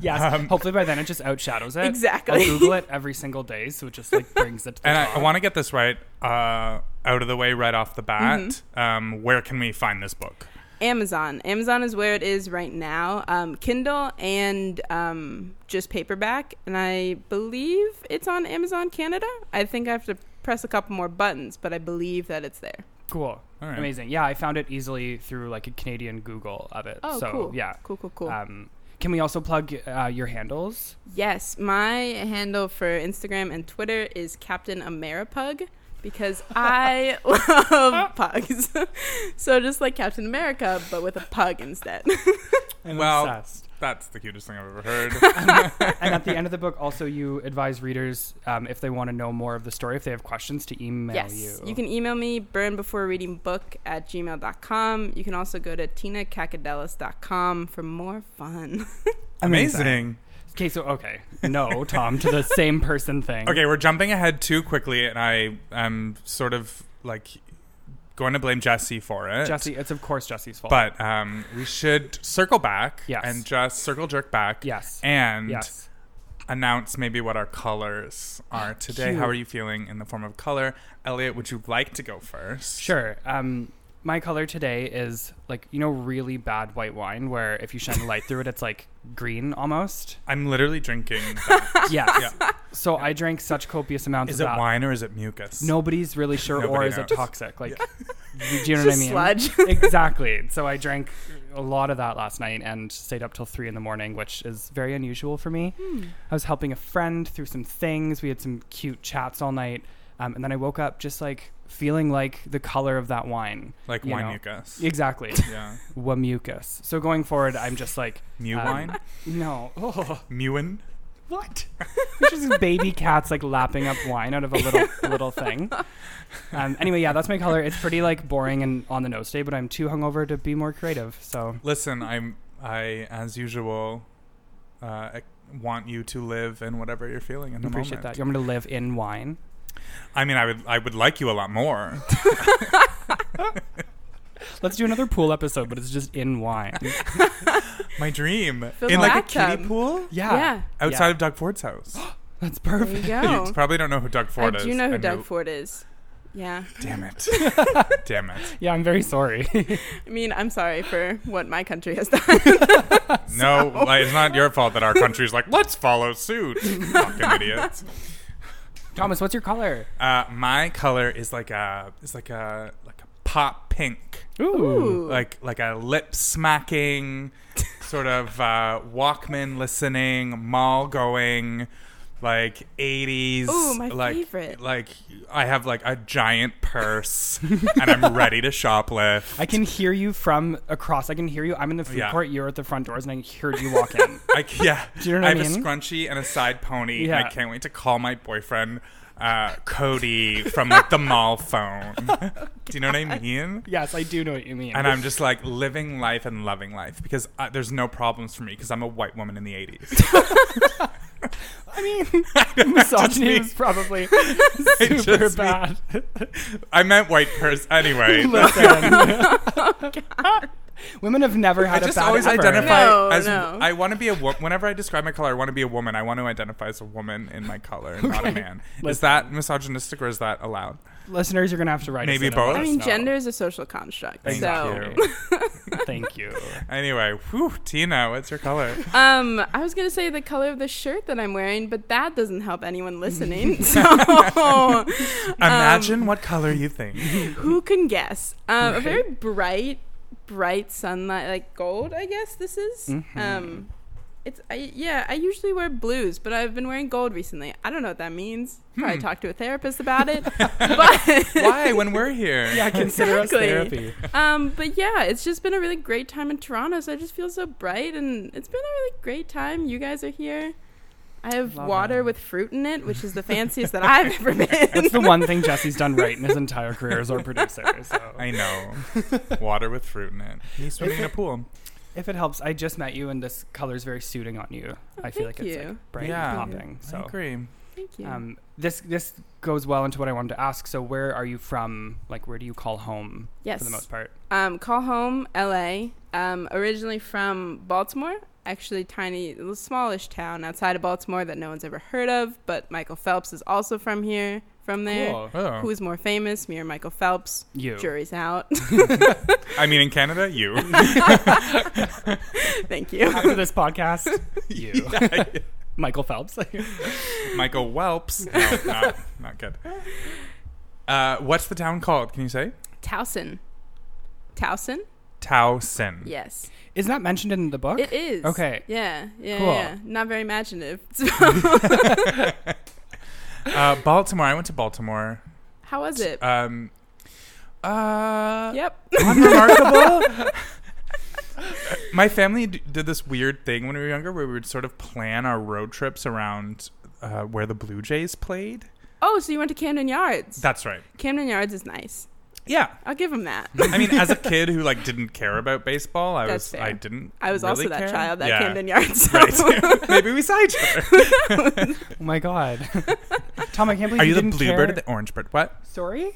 Speaker 3: Yes. Hopefully by then it just outshadows it.
Speaker 4: Exactly.
Speaker 3: I'll Google it every single day, so it just like brings it. To the
Speaker 2: [LAUGHS] And I,
Speaker 3: top.
Speaker 2: I want to get this right uh, out of the way right off the bat.
Speaker 4: Mm-hmm.
Speaker 2: Um, where can we find this book?
Speaker 4: amazon amazon is where it is right now um, kindle and um, just paperback and i believe it's on amazon canada i think i have to press a couple more buttons but i believe that it's there
Speaker 3: [LAUGHS] cool.
Speaker 2: All right.
Speaker 3: Amazing. Yeah, I found it easily through like a Canadian Google of it.
Speaker 4: Oh,
Speaker 3: so
Speaker 4: cool.
Speaker 3: yeah.
Speaker 4: Cool, cool, cool.
Speaker 3: Um, can we also plug uh, your handles?
Speaker 4: Yes, my handle for Instagram and Twitter is Captain Ameripug because I love pugs. [LAUGHS] so just like Captain America, but with a pug instead.
Speaker 2: well, [LAUGHS]
Speaker 3: obsessed.
Speaker 2: that's the cutest thing I've ever heard.
Speaker 3: and at the end of the book, also you advise readers um, if they want to know more of the story, if they have questions, to email
Speaker 4: [LAUGHS] yes,
Speaker 3: you.
Speaker 4: you. can email me burnbeforereadingbook at gmail.com. You can also go to tinacacadelis.com for more fun. [LAUGHS]
Speaker 2: Amazing.
Speaker 3: Okay, so okay, no, Tom, to the same person thing.
Speaker 2: Okay, we're jumping ahead too quickly, and I am sort of like going to blame Jesse for it.
Speaker 3: Jesse, it's of course Jesse's fault.
Speaker 2: But um, we should circle back
Speaker 3: Yes.
Speaker 2: and just circle jerk back
Speaker 3: yes,
Speaker 2: and
Speaker 3: yes,
Speaker 2: announce maybe what our colors are today.
Speaker 3: Ah, Cute.
Speaker 2: How are you feeling in the form of color? Elliot, would you like to go first?
Speaker 3: sure. Um, my color today is like you know really bad white wine where if you shine a light through it, it's like green
Speaker 4: [LAUGHS]
Speaker 3: almost.
Speaker 2: I'm literally drinking.
Speaker 3: [LAUGHS]
Speaker 2: that.
Speaker 3: Yes. So I drank such copious amounts
Speaker 2: is
Speaker 3: of
Speaker 2: it
Speaker 3: that.
Speaker 2: wine or is it mucus?
Speaker 3: Nobody's really sure, or
Speaker 2: Nobody
Speaker 3: is it
Speaker 2: knows.
Speaker 3: toxic? Like, do you know
Speaker 4: Just
Speaker 3: what I mean? [LAUGHS]
Speaker 4: sludge.
Speaker 3: exactly. So I drank a lot of that last night and stayed up till three in the morning, which is very unusual for me.
Speaker 4: Hmm.
Speaker 3: I was helping a friend through some things. We had some cute chats all night, um, and then I woke up just like feeling like the color of that wine,
Speaker 2: Like
Speaker 3: you
Speaker 2: wine
Speaker 3: know?
Speaker 2: mucus.
Speaker 3: Exactly,
Speaker 2: [LAUGHS] Yeah.
Speaker 3: Wamucus. So going forward, I'm just like
Speaker 2: Mew
Speaker 3: um,
Speaker 2: wine?
Speaker 3: No, [LAUGHS] oh,
Speaker 2: Mewin?
Speaker 3: what? It's just baby cats like lapping up wine out of a
Speaker 2: [LAUGHS]
Speaker 3: little little thing. Um, anyway, yeah, that's my color. It's pretty like boring and on the nose today, but I'm too hungover to be more creative. So
Speaker 2: Listen, I'm I as usual uh, I want you to live in whatever you're feeling in
Speaker 3: I
Speaker 2: the
Speaker 3: appreciate that.
Speaker 2: moment.
Speaker 3: You want me to live in wine?
Speaker 2: I mean, I would I would like you a
Speaker 3: [LAUGHS]
Speaker 2: lot more.
Speaker 3: Let's do another pool episode, but it's just in
Speaker 2: [LAUGHS]
Speaker 3: wine.
Speaker 2: My dream
Speaker 4: Fill
Speaker 2: in
Speaker 4: the
Speaker 2: like a
Speaker 4: bathtub.
Speaker 2: kiddie pool
Speaker 3: Yeah,
Speaker 4: Yeah.
Speaker 2: outside of Doug Ford's house.
Speaker 3: that's
Speaker 4: There you
Speaker 3: perfect.
Speaker 2: [LAUGHS] You
Speaker 4: go.
Speaker 2: probably don't know who Doug
Speaker 4: Oh. I
Speaker 2: Ford is.
Speaker 4: do know who
Speaker 2: and
Speaker 4: Doug Ford is. Yeah.
Speaker 2: Damn it! [LAUGHS] Damn it!
Speaker 3: [LAUGHS] Yeah, I'm very sorry. [LAUGHS]
Speaker 4: I mean, I'm sorry for what my country has done.
Speaker 2: No, like, it's not your fault that our country's like let's follow suit.
Speaker 4: [LAUGHS]
Speaker 2: Fucking idiots.
Speaker 3: Thomas, what's your color?
Speaker 2: Uh, my color is like a is like a like a pop pink.
Speaker 4: Ooh.
Speaker 2: like like a lip smacking sort of uh, Walkman listening, mall going, like eighties.
Speaker 4: Ooh, my
Speaker 2: like,
Speaker 4: favorite.
Speaker 2: Like I have like a giant purse,
Speaker 4: [LAUGHS]
Speaker 2: and I'm ready to shoplift.
Speaker 3: I can hear you from across. I can hear you. I'm in the food
Speaker 2: Yeah.
Speaker 3: court. You're at the front doors, and I heard you walk in.
Speaker 2: I, c- yeah,
Speaker 3: [LAUGHS] Do you know what I
Speaker 2: have a
Speaker 3: mean?
Speaker 2: scrunchie and a side pony, and
Speaker 3: Yeah.
Speaker 2: I can't wait to call my boyfriend. uh, Cody from like the mall phone. [LAUGHS] Do you know what I mean?
Speaker 3: Yes, I do know what you mean.
Speaker 2: And I'm just like living life and loving life because I, there's no problems for me because I'm a white woman in the 80s.
Speaker 3: [LAUGHS] I
Speaker 2: [LAUGHS]
Speaker 3: mean, misogyny was probably super
Speaker 2: just mean-
Speaker 3: bad.
Speaker 2: I meant white person.
Speaker 3: [LAUGHS]
Speaker 2: Anyway,
Speaker 3: Listen. Women have never
Speaker 2: [LAUGHS] I
Speaker 3: had a
Speaker 2: just
Speaker 3: bad
Speaker 2: always
Speaker 3: ever.
Speaker 2: identify
Speaker 4: No,
Speaker 2: as
Speaker 4: no.
Speaker 2: I want to be a woman. Whenever I describe my color, I want to be a woman. I want to identify as a woman in my color, and not a man. Is
Speaker 3: Listen.
Speaker 2: that misogynistic or is that allowed?
Speaker 3: Listeners, you're going to have to write us
Speaker 2: Maybe
Speaker 3: in and let
Speaker 2: both?
Speaker 4: [LAUGHS] I
Speaker 3: us
Speaker 4: mean,
Speaker 3: know.
Speaker 4: gender is a social construct.
Speaker 2: Thank
Speaker 4: so
Speaker 2: you.
Speaker 3: [LAUGHS] Thank
Speaker 4: [LAUGHS]
Speaker 3: you.
Speaker 2: Anyway, whew, Tina, what's your color?
Speaker 4: Um, I was gonna say the color of the shirt that I'm wearing, but that doesn't help
Speaker 2: [LAUGHS]
Speaker 4: anyone listening. So Um,
Speaker 2: Imagine what color you think.
Speaker 4: who can guess? Um, A very bright, bright sunlight, like gold. I guess this is.
Speaker 2: Mm-hmm.
Speaker 4: Um, it's I, yeah. I usually wear blues, but I've been wearing gold recently. I don't know what that means. Probably talked to a therapist
Speaker 2: [LAUGHS]
Speaker 4: about it. but
Speaker 2: Hmm. Why? When we're here,
Speaker 3: Yeah, consider us
Speaker 4: Exactly.
Speaker 3: therapy.
Speaker 4: um, but yeah, it's just been a really great time in Toronto. So I just feel so bright, and it's been a really great time. You guys are here. I have
Speaker 3: Love
Speaker 4: water
Speaker 3: it.
Speaker 4: with fruit in it, which is the fanciest that I've
Speaker 3: [LAUGHS]
Speaker 4: ever been.
Speaker 3: That's the one thing Jesse's done
Speaker 4: [LAUGHS]
Speaker 3: right in his entire career as our
Speaker 2: [LAUGHS]
Speaker 3: producer. So.
Speaker 2: I know. Water with fruit in it. He's swimming in a pool.
Speaker 3: If it helps, I just met you, and this color is very suiting on you. I feel like
Speaker 4: thank
Speaker 3: it's
Speaker 4: you.
Speaker 3: like brain
Speaker 2: Yeah.
Speaker 3: popping. So
Speaker 2: I agree.
Speaker 4: Thank you.
Speaker 3: Um, this this goes well into what I wanted to ask. So where are you from? Like where do you call home
Speaker 4: yes.
Speaker 3: for the most part?
Speaker 4: Um, call home, LA. Um, originally from Baltimore, actually tiny, little smallish town outside of Baltimore that no one's ever heard of. But Michael Phelps is also from here, from there.
Speaker 2: Oh.
Speaker 4: Who's more famous, me or Michael Phelps?
Speaker 3: You.
Speaker 4: Jury's out. [LAUGHS]
Speaker 2: I mean, in Canada, you.
Speaker 3: [LAUGHS]
Speaker 4: Thank you.
Speaker 3: After this podcast,
Speaker 2: [LAUGHS]
Speaker 3: [LAUGHS] you. Michael Phelps. [LAUGHS]
Speaker 2: Michael Whelps. No, not, not good. Uh, what's the town called? Can you say?
Speaker 4: Towson. Towson?
Speaker 2: Towson.
Speaker 4: Yes.
Speaker 3: is that mentioned in the book?
Speaker 4: It is.
Speaker 3: Okay.
Speaker 4: Yeah. Yeah.
Speaker 3: Cool.
Speaker 4: Yeah. Not very imaginative. [LAUGHS]
Speaker 2: Uh, Baltimore. I went to Baltimore.
Speaker 4: How was it?
Speaker 2: Um, uh,
Speaker 4: yep. [LAUGHS]
Speaker 2: unremarkable. My family d- did this weird thing when we were younger where we would sort of plan our road trips around uh, where the Blue Jays played.
Speaker 4: Oh, so you went to Camden Yards.
Speaker 2: That's right.
Speaker 4: Camden Yards is nice.
Speaker 2: Yeah.
Speaker 4: I'll give him that.
Speaker 2: I mean, as a kid who like didn't care about baseball, I
Speaker 4: That's
Speaker 2: was
Speaker 4: fair.
Speaker 2: I didn't.
Speaker 4: I was also
Speaker 2: really
Speaker 4: that
Speaker 2: care.
Speaker 4: child that
Speaker 2: yeah.
Speaker 4: Camden Yards. Oh,
Speaker 2: [LAUGHS]
Speaker 4: so- [LAUGHS]
Speaker 2: Right. Maybe we saw each other.
Speaker 3: Oh my
Speaker 4: [LAUGHS]
Speaker 3: god. Tom, I can't believe
Speaker 2: Are you the
Speaker 3: didn't
Speaker 2: blue
Speaker 3: care.
Speaker 2: bird or the orange bird? What?
Speaker 3: Sorry?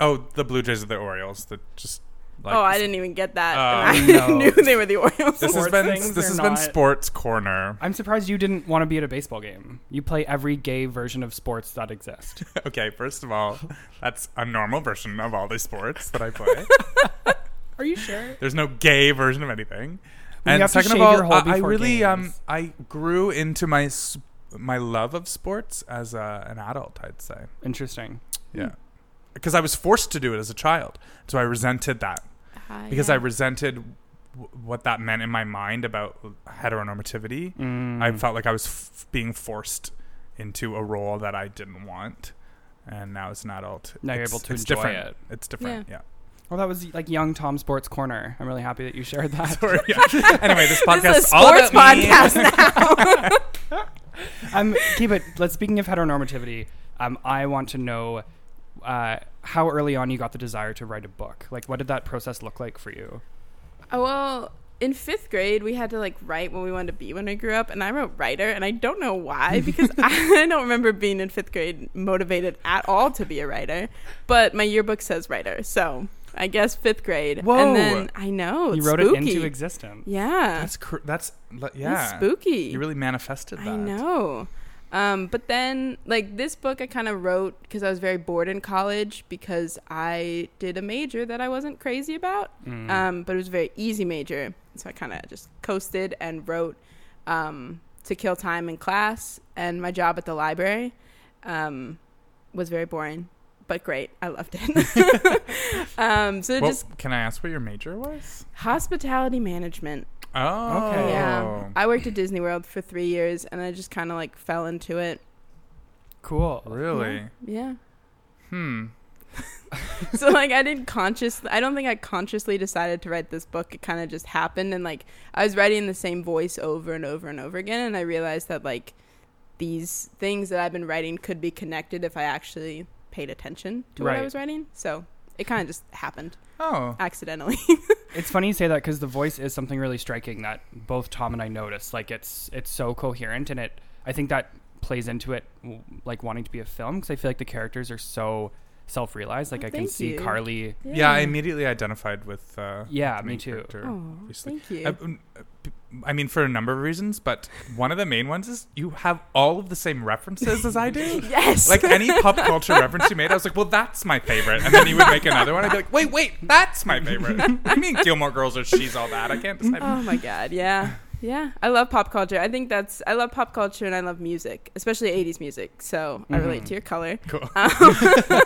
Speaker 2: Oh, the Blue Jays are the Orioles. That just like
Speaker 4: oh, I didn't even get that.
Speaker 2: Oh,
Speaker 4: and [LAUGHS] I
Speaker 3: no.
Speaker 4: knew they were the Orioles.
Speaker 2: This has
Speaker 3: Sports
Speaker 2: been
Speaker 3: things,
Speaker 2: this
Speaker 3: they're
Speaker 2: has been
Speaker 3: not-
Speaker 2: sports corner.
Speaker 3: I'm surprised you didn't want to be at a baseball game. You play every gay version of sports that
Speaker 2: [LAUGHS]
Speaker 3: exist.
Speaker 2: Okay, first of all, that's a normal version of all the sports that I play.
Speaker 3: [LAUGHS] Are you sure?
Speaker 2: There's no gay version of anything.
Speaker 3: Well, you
Speaker 2: and
Speaker 3: have to
Speaker 2: second of
Speaker 3: shave your
Speaker 2: all,
Speaker 3: hole
Speaker 2: I, I
Speaker 3: before
Speaker 2: really um
Speaker 3: games.
Speaker 2: I grew into my s- my love of sports as a, an adult. I'd say
Speaker 3: Interesting.
Speaker 2: yeah. Because I was forced to do it as a child, so I resented that.
Speaker 4: [LAUGHS] Ah,
Speaker 2: Because
Speaker 4: yeah.
Speaker 2: I resented w- what that meant in my mind about heteronormativity.
Speaker 3: Mm.
Speaker 2: I felt like I was f- being forced into a role that I didn't want, and now as an adult,
Speaker 3: Now you're
Speaker 2: it's-
Speaker 3: able to
Speaker 2: it's
Speaker 3: enjoy
Speaker 2: different.
Speaker 3: it.
Speaker 2: It's different. Yeah.
Speaker 3: Well, that was like young Tom Sports Corner. I'm really happy that you shared
Speaker 2: [LAUGHS]
Speaker 3: that.
Speaker 2: Sorry,
Speaker 4: [LAUGHS]
Speaker 2: yeah. anyway, this podcast
Speaker 4: this is a
Speaker 2: all
Speaker 4: sports
Speaker 2: about me.
Speaker 4: podcast
Speaker 2: [LAUGHS]
Speaker 4: now.
Speaker 3: um, keep it. Let's speaking of heteronormativity. Um, I want to know uh, how early on you got the desire to write a book. Like, what did that process look like for you?
Speaker 4: Oh, well, in fifth grade, we had to like write what we wanted to be when we grew up, and I wrote writer, and I don't
Speaker 2: [LAUGHS]
Speaker 4: know why because [LAUGHS] I don't remember being in fifth grade motivated at all to be a writer, but my yearbook says writer, so I guess fifth grade.
Speaker 2: Whoa.
Speaker 4: And then I know
Speaker 3: you
Speaker 4: Oh, it's
Speaker 3: wrote
Speaker 4: spooky.
Speaker 3: it into existence.
Speaker 4: Yeah,
Speaker 2: That's cr- that's le- yeah.
Speaker 4: It's spooky.
Speaker 2: You really manifested that.
Speaker 4: I know. Um, but then, like this book, I kind of wrote because I was very bored in college because I did a major that I wasn't crazy about,
Speaker 3: Mm.
Speaker 4: um, but it was a very easy major, so I kind of just coasted and wrote um, to kill time in class. And my job at the library um, was very boring, but great. I loved it. [LAUGHS] um, so
Speaker 2: Well,
Speaker 4: just
Speaker 2: can I ask what your major was?
Speaker 4: hospitality management.
Speaker 2: Oh,
Speaker 3: Okay.
Speaker 4: Yeah. I worked at Disney World for three years and I just kind of like fell into it.
Speaker 3: Cool.
Speaker 2: Really?
Speaker 4: Yeah.
Speaker 2: Hmm.
Speaker 4: [LAUGHS] so like I didn't consciously I don't think I consciously decided to write this book. It kind of just happened and like I was writing the same voice over and over and over again and I realized that like these things that I've been writing could be connected if I actually paid attention to what
Speaker 3: Right.
Speaker 4: I was writing. So it kind of just happened
Speaker 2: Oh,
Speaker 4: accidentally. [LAUGHS]
Speaker 3: It's funny you say that because the voice is something really striking that both Tom and I noticed. Like it's it's so coherent, and it I think that plays into it w- like wanting to be a film because I feel like the characters are so self-realized. Like I can
Speaker 4: Oh, thank
Speaker 3: see
Speaker 4: you.
Speaker 3: Carly.
Speaker 2: yeah. I immediately identified with. Uh,
Speaker 3: Yeah,
Speaker 2: the
Speaker 3: me
Speaker 2: main
Speaker 3: too.
Speaker 2: character,
Speaker 4: Aw,
Speaker 2: obviously.
Speaker 4: thank you.
Speaker 2: I, um, uh, p- I mean, for a number of reasons, but one of the main ones is you have all of the same references as I
Speaker 4: [LAUGHS]
Speaker 2: do.
Speaker 4: yes.
Speaker 2: Like any pop culture reference you made, I was like, "Well, that's my favorite," and then you would make another one. I'd be like, "Wait, wait, that's my
Speaker 4: [LAUGHS]
Speaker 2: favorite." I mean, Gilmore Girls or She's All That. I can't decide.
Speaker 4: oh my god. Yeah. Yeah. I love pop culture. I think that's I love pop culture and I love music, especially 80s music. So I
Speaker 2: Mm-hmm.
Speaker 4: relate
Speaker 3: Mhm.
Speaker 4: to your color.
Speaker 2: [LAUGHS] Cool.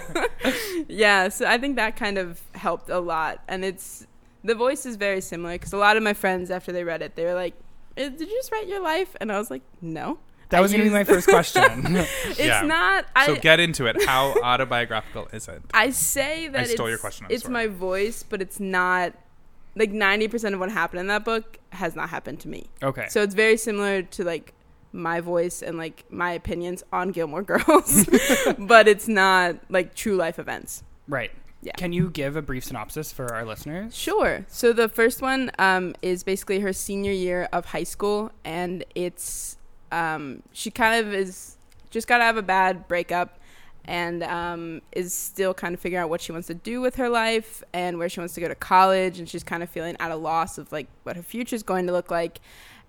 Speaker 4: yeah, so I think that kind of helped a lot, and it's the voice is very similar because a lot of my friends after they read it, they were like, "Eh, "Did you just write your life?" And I was like, "No,
Speaker 3: That
Speaker 4: I
Speaker 3: was gonna be my
Speaker 4: used-
Speaker 3: first
Speaker 4: [LAUGHS]
Speaker 3: question. [LAUGHS]
Speaker 4: it's
Speaker 2: Yeah.
Speaker 4: not." I
Speaker 2: so get into it. How autobiographical is it?
Speaker 4: I say that
Speaker 2: stole
Speaker 4: it's,
Speaker 2: your question, I'm
Speaker 4: it's
Speaker 2: sorry.
Speaker 4: my voice, but it's not like ninety percent of what happened in that book has not happened to me.
Speaker 3: okay.
Speaker 4: So it's very similar to like my voice and like my opinions on
Speaker 2: [LAUGHS]
Speaker 4: Gilmore Girls, [LAUGHS] but it's not like true life events.
Speaker 3: Right.
Speaker 4: Yeah.
Speaker 3: Can you give a brief synopsis for our listeners?
Speaker 4: Sure. So the first one um, is basically her senior year of high school, and it's um, she kind of is just got to have a bad breakup, and um, is still kind of figuring out what she wants to do with her life and where she wants to go to college, and she's kind of feeling at a loss of like what her future is going to look like,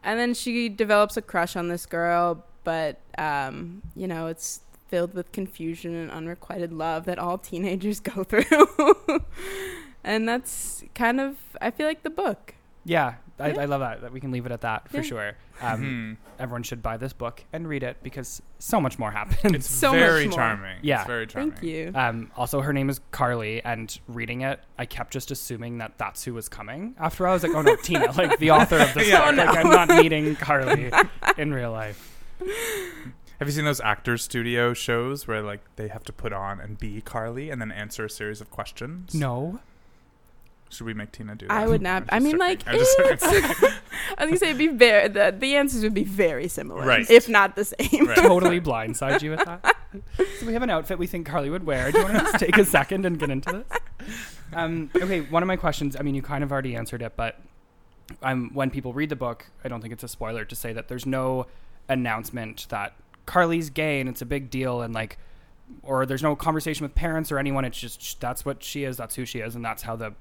Speaker 4: and then she develops a crush on this girl, but um, you know it's filled with confusion and unrequited love that all teenagers [LAUGHS] go through. and that's kind of I feel like the book.
Speaker 3: Yeah, I,
Speaker 4: Yeah.
Speaker 3: I love that. That we can leave it at that for
Speaker 4: Yeah.
Speaker 3: sure. Um,
Speaker 2: Hmm.
Speaker 3: everyone should buy this book and read it because so much more [LAUGHS] happens.
Speaker 2: Hmm. It's
Speaker 4: So much
Speaker 2: very
Speaker 4: more.
Speaker 2: charming.
Speaker 3: Yeah.
Speaker 2: It's very charming.
Speaker 4: Thank you.
Speaker 3: Um, also, her name is Carly, and reading it, I kept just assuming that that's who was coming. After all, I was like, oh no, Tina, like the author of this.
Speaker 2: Yeah.
Speaker 3: book. Like, I'm not meeting Carly in real life.
Speaker 2: Have you seen those actors studio shows where like they have to put on and be Carly and then answer a series of questions?
Speaker 3: No.
Speaker 2: Should we make Tina do that?
Speaker 4: I
Speaker 2: [LAUGHS]
Speaker 4: would not. I
Speaker 2: I'm
Speaker 4: mean,
Speaker 2: just
Speaker 4: like, eh.
Speaker 2: joking. I'm just joking.
Speaker 4: [LAUGHS] I think it'd be very the, the answers would be very similar,
Speaker 2: Right.
Speaker 4: if not the same.
Speaker 2: Right.
Speaker 3: Totally blindside you with that. [LAUGHS] So we have an outfit we think Carly would wear. Do you want to just take a second and get into this? Um, okay, one of my questions. I mean, you kind of already answered it, but um, when people read the book, I don't think it's a spoiler to say that there's no announcement that Carly's gay and it's a big deal, and like, or there's no conversation with parents or anyone. It's just that's what she is, that's who she is, and that's how the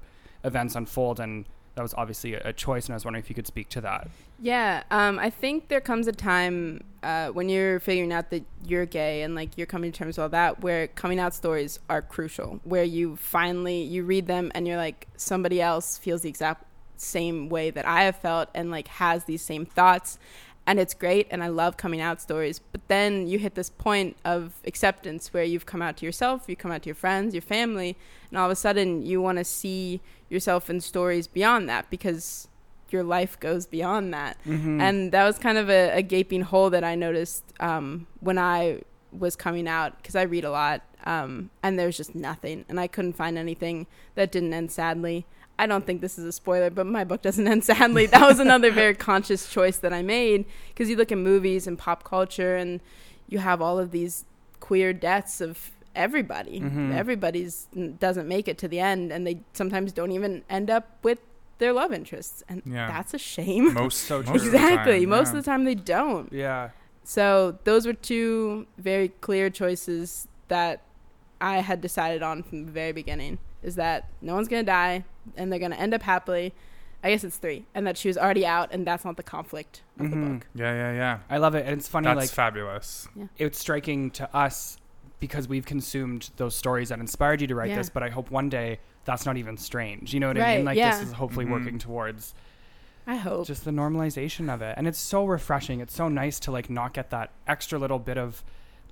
Speaker 3: events unfold. And that was obviously a, a choice, and I was wondering if you could speak to that.
Speaker 4: Yeah, um, I think there comes a time uh, when you're figuring out that you're gay and like you're coming to terms with all that, where coming out stories are crucial. Where you finally you read them and you're like, somebody else feels the exact same way that I have felt and like has these same thoughts, and it's great. And I love coming out stories. But then you hit this point of acceptance where you've come out to yourself, you come out to your friends, your family, and all of a sudden you want to see yourself in stories beyond that because your life goes beyond that.
Speaker 3: Mm.
Speaker 4: And that was kind of a, a gaping hole that I noticed um, when I was coming out because I read a lot um, and there was just nothing. And I couldn't find anything that didn't end sadly. I don't think this is a spoiler, but my book doesn't end sadly. That was another very conscious choice that I made because you look at movies and pop culture and you have all of these queer deaths of everybody.
Speaker 3: Mhm.
Speaker 4: Everybody's doesn't make it to the end and they sometimes don't even end up with their love interests and
Speaker 2: Yeah.
Speaker 4: that's a shame
Speaker 2: most so
Speaker 3: true.
Speaker 4: exactly most of the time they don't
Speaker 3: Yeah.
Speaker 4: so those were two very clear choices that i had decided on from the very beginning is that no one's gonna die and they're gonna end up happily i guess it's three and that she was already out and that's not the conflict of the
Speaker 3: Mhm.
Speaker 4: book
Speaker 2: Yeah, yeah, yeah.
Speaker 3: I love it, and it's funny.
Speaker 2: That's
Speaker 3: like
Speaker 2: fabulous.
Speaker 3: it's striking to us because we've consumed those stories that inspired you to write
Speaker 4: Yeah.
Speaker 3: this but i hope one day that's not even strange you know what i
Speaker 4: Right,
Speaker 3: mean like
Speaker 4: yeah.
Speaker 3: this is hopefully
Speaker 2: Mhm.
Speaker 3: working towards
Speaker 4: i hope
Speaker 3: just the normalization of it and it's so refreshing it's so nice to like not get that extra little bit of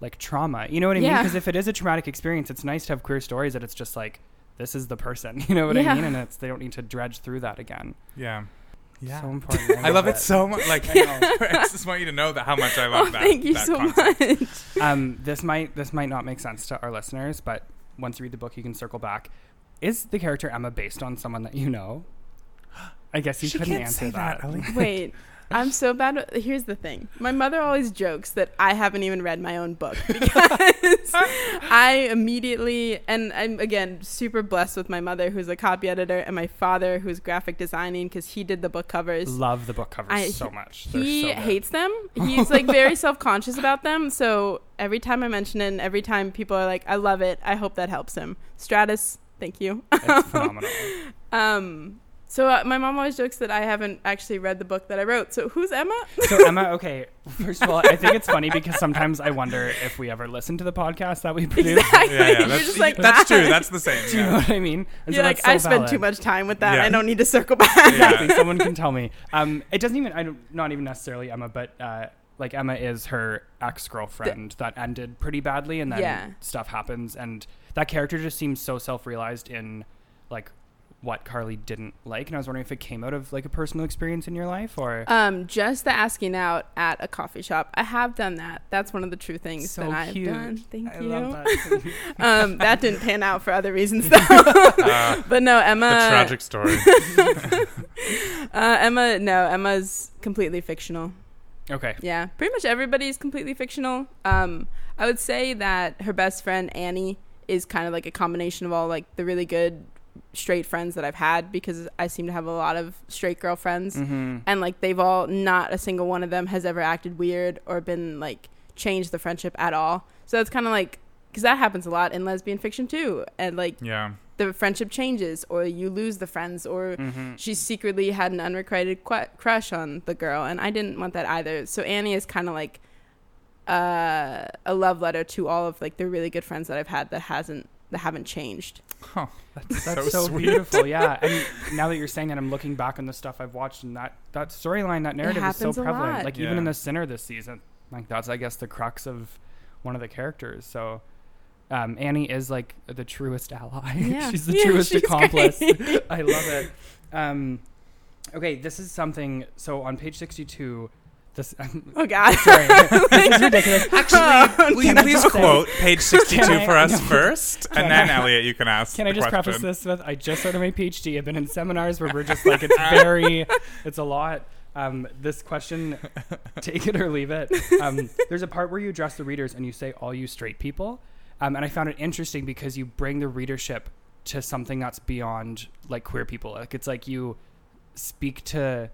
Speaker 3: like trauma you know what i mean
Speaker 4: Yeah.
Speaker 3: because if it is a traumatic experience it's nice to have queer stories that it's just like this is the person [LAUGHS] you know what i
Speaker 4: Yeah.
Speaker 3: mean and it's they don't need to dredge through that again
Speaker 2: Yeah. Yeah. [LAUGHS]
Speaker 3: so important
Speaker 2: I love it so much. Like,
Speaker 4: [LAUGHS]
Speaker 3: I know.
Speaker 2: [LAUGHS] I just want you to know that how much I love
Speaker 4: oh
Speaker 2: that.
Speaker 4: thank you
Speaker 2: that
Speaker 4: so
Speaker 2: concept.
Speaker 4: [LAUGHS] much
Speaker 3: um, this might this might not make sense to our listeners, but once you read the book, you can circle back. Is the character Emma based on someone that you know? I guess you
Speaker 2: She
Speaker 3: couldn't
Speaker 2: can't
Speaker 3: answer
Speaker 2: say that,
Speaker 3: [LAUGHS]
Speaker 4: [LAUGHS]
Speaker 3: that.
Speaker 2: Ellie.
Speaker 4: wait I'm so bad. at- Here's the thing. My mother always jokes that I haven't even read my own book [LAUGHS] because I immediately, and I'm again super blessed with my mother, who's a copy editor, and my father, who's graphic designing, because he did the book covers.
Speaker 3: Love the book covers
Speaker 4: I-
Speaker 3: so much. They're
Speaker 4: he
Speaker 3: so good.
Speaker 4: hates them.
Speaker 3: [LAUGHS]
Speaker 4: He's like very self conscious about them. So every time I mention it, and every time people are like, I love it. I hope that helps him. Stratus, thank you. [LAUGHS]
Speaker 3: It's phenomenal.
Speaker 4: Um, so uh, my mom always jokes that I haven't actually read the book that I wrote. So who's Emma? [LAUGHS]
Speaker 3: So Emma, okay. First of all, I think it's funny because sometimes I wonder if we ever listen to the podcast that we produce.
Speaker 4: exactly.
Speaker 2: Yeah, yeah.
Speaker 4: [LAUGHS] You're
Speaker 2: That's,
Speaker 4: just like
Speaker 2: that's
Speaker 4: "Ah."
Speaker 2: true. That's the same.
Speaker 3: You know
Speaker 2: Yeah.
Speaker 3: what I mean? And
Speaker 4: You're like,
Speaker 3: that's
Speaker 4: I
Speaker 3: so
Speaker 4: spent too
Speaker 3: valid.
Speaker 4: much time with that.
Speaker 2: Yeah.
Speaker 4: I don't need to circle back.
Speaker 3: Exactly.
Speaker 2: Yeah.
Speaker 3: Someone can tell me. Um, it doesn't even. I don't. Not even necessarily Emma, but uh, like Emma is her ex girlfriend that ended pretty badly, and then
Speaker 4: Yeah.
Speaker 3: stuff happens, and that character just seems so self realized in like what Carly didn't like, and I was wondering if it came out of like a personal experience in your life or.
Speaker 4: [LAUGHS] Um, just the asking out at a coffee shop. I have done that. That's one of the true things
Speaker 3: so
Speaker 4: that I've
Speaker 3: cute.
Speaker 4: done. Thank
Speaker 3: I
Speaker 4: you.
Speaker 3: Love that.
Speaker 4: [LAUGHS] Um, that didn't pan out for other reasons though.
Speaker 2: Uh,
Speaker 4: [LAUGHS] but no,
Speaker 2: the
Speaker 4: Emma.
Speaker 2: tragic
Speaker 4: [LAUGHS]
Speaker 2: story.
Speaker 4: Uh, Emma, no, Emma's completely fictional.
Speaker 3: okay.
Speaker 4: Yeah, pretty much everybody's completely fictional. Um, I would say that her best friend Annie is kind of like a combination of all like the really good straight friends that I've had because I seem to have a lot of straight girl friends,
Speaker 3: Mm-hmm.
Speaker 4: and like they've all not a single one of them has ever acted weird or been like changed the friendship at all. So that's kind of like because that happens a lot in lesbian fiction too, and like
Speaker 2: Yeah.
Speaker 4: the friendship changes or you lose the friends or
Speaker 3: Mm-hmm.
Speaker 4: she secretly had an unrequited qu- crush on the girl and i didn't want that either so annie is kind of like uh, a love letter to all of like the really good friends that i've had that hasn't that haven't changed
Speaker 3: That's,
Speaker 2: So
Speaker 3: that's so,
Speaker 2: sweet.
Speaker 3: beautiful. Yeah.
Speaker 2: [LAUGHS]
Speaker 3: And now that you're saying that, I'm looking back on the stuff I've watched, and that that storyline, that narrative is so
Speaker 4: happens a
Speaker 3: prevalent.
Speaker 4: lot.
Speaker 3: Like even in
Speaker 2: Yeah.
Speaker 3: the Sinner this season, like that's I guess the crux of one of the characters. So. Um, Annie is like the truest ally. [LAUGHS]
Speaker 4: Yeah.
Speaker 3: she's the
Speaker 4: Yeah,
Speaker 3: truest
Speaker 4: she's
Speaker 3: accomplice.
Speaker 4: great.
Speaker 3: [LAUGHS]
Speaker 4: [LAUGHS]
Speaker 3: I love it. Um, okay, this is something. So on page sixty-two, this [LAUGHS]
Speaker 4: oh god
Speaker 3: sorry, [LAUGHS] this is ridiculous.
Speaker 4: actually
Speaker 2: Will you
Speaker 3: Can I [LAUGHS]
Speaker 2: please
Speaker 3: just say-
Speaker 2: quote page 62
Speaker 3: Can I-
Speaker 2: for
Speaker 4: [LAUGHS]
Speaker 2: us
Speaker 3: no.
Speaker 2: first?
Speaker 3: Can
Speaker 2: And then,
Speaker 3: I-
Speaker 2: Elliot, you can ask
Speaker 3: Can
Speaker 2: the
Speaker 3: I just
Speaker 2: question.
Speaker 3: preface this with I just started my PhD. I've been in seminars where we're just like it's very, it's a lot. Um, this question, take it or leave it. Um, there's a part where you address the readers and you say all you straight people, um, and I found it interesting because you bring the readership to something that's beyond like queer people. Like it's like you speak to.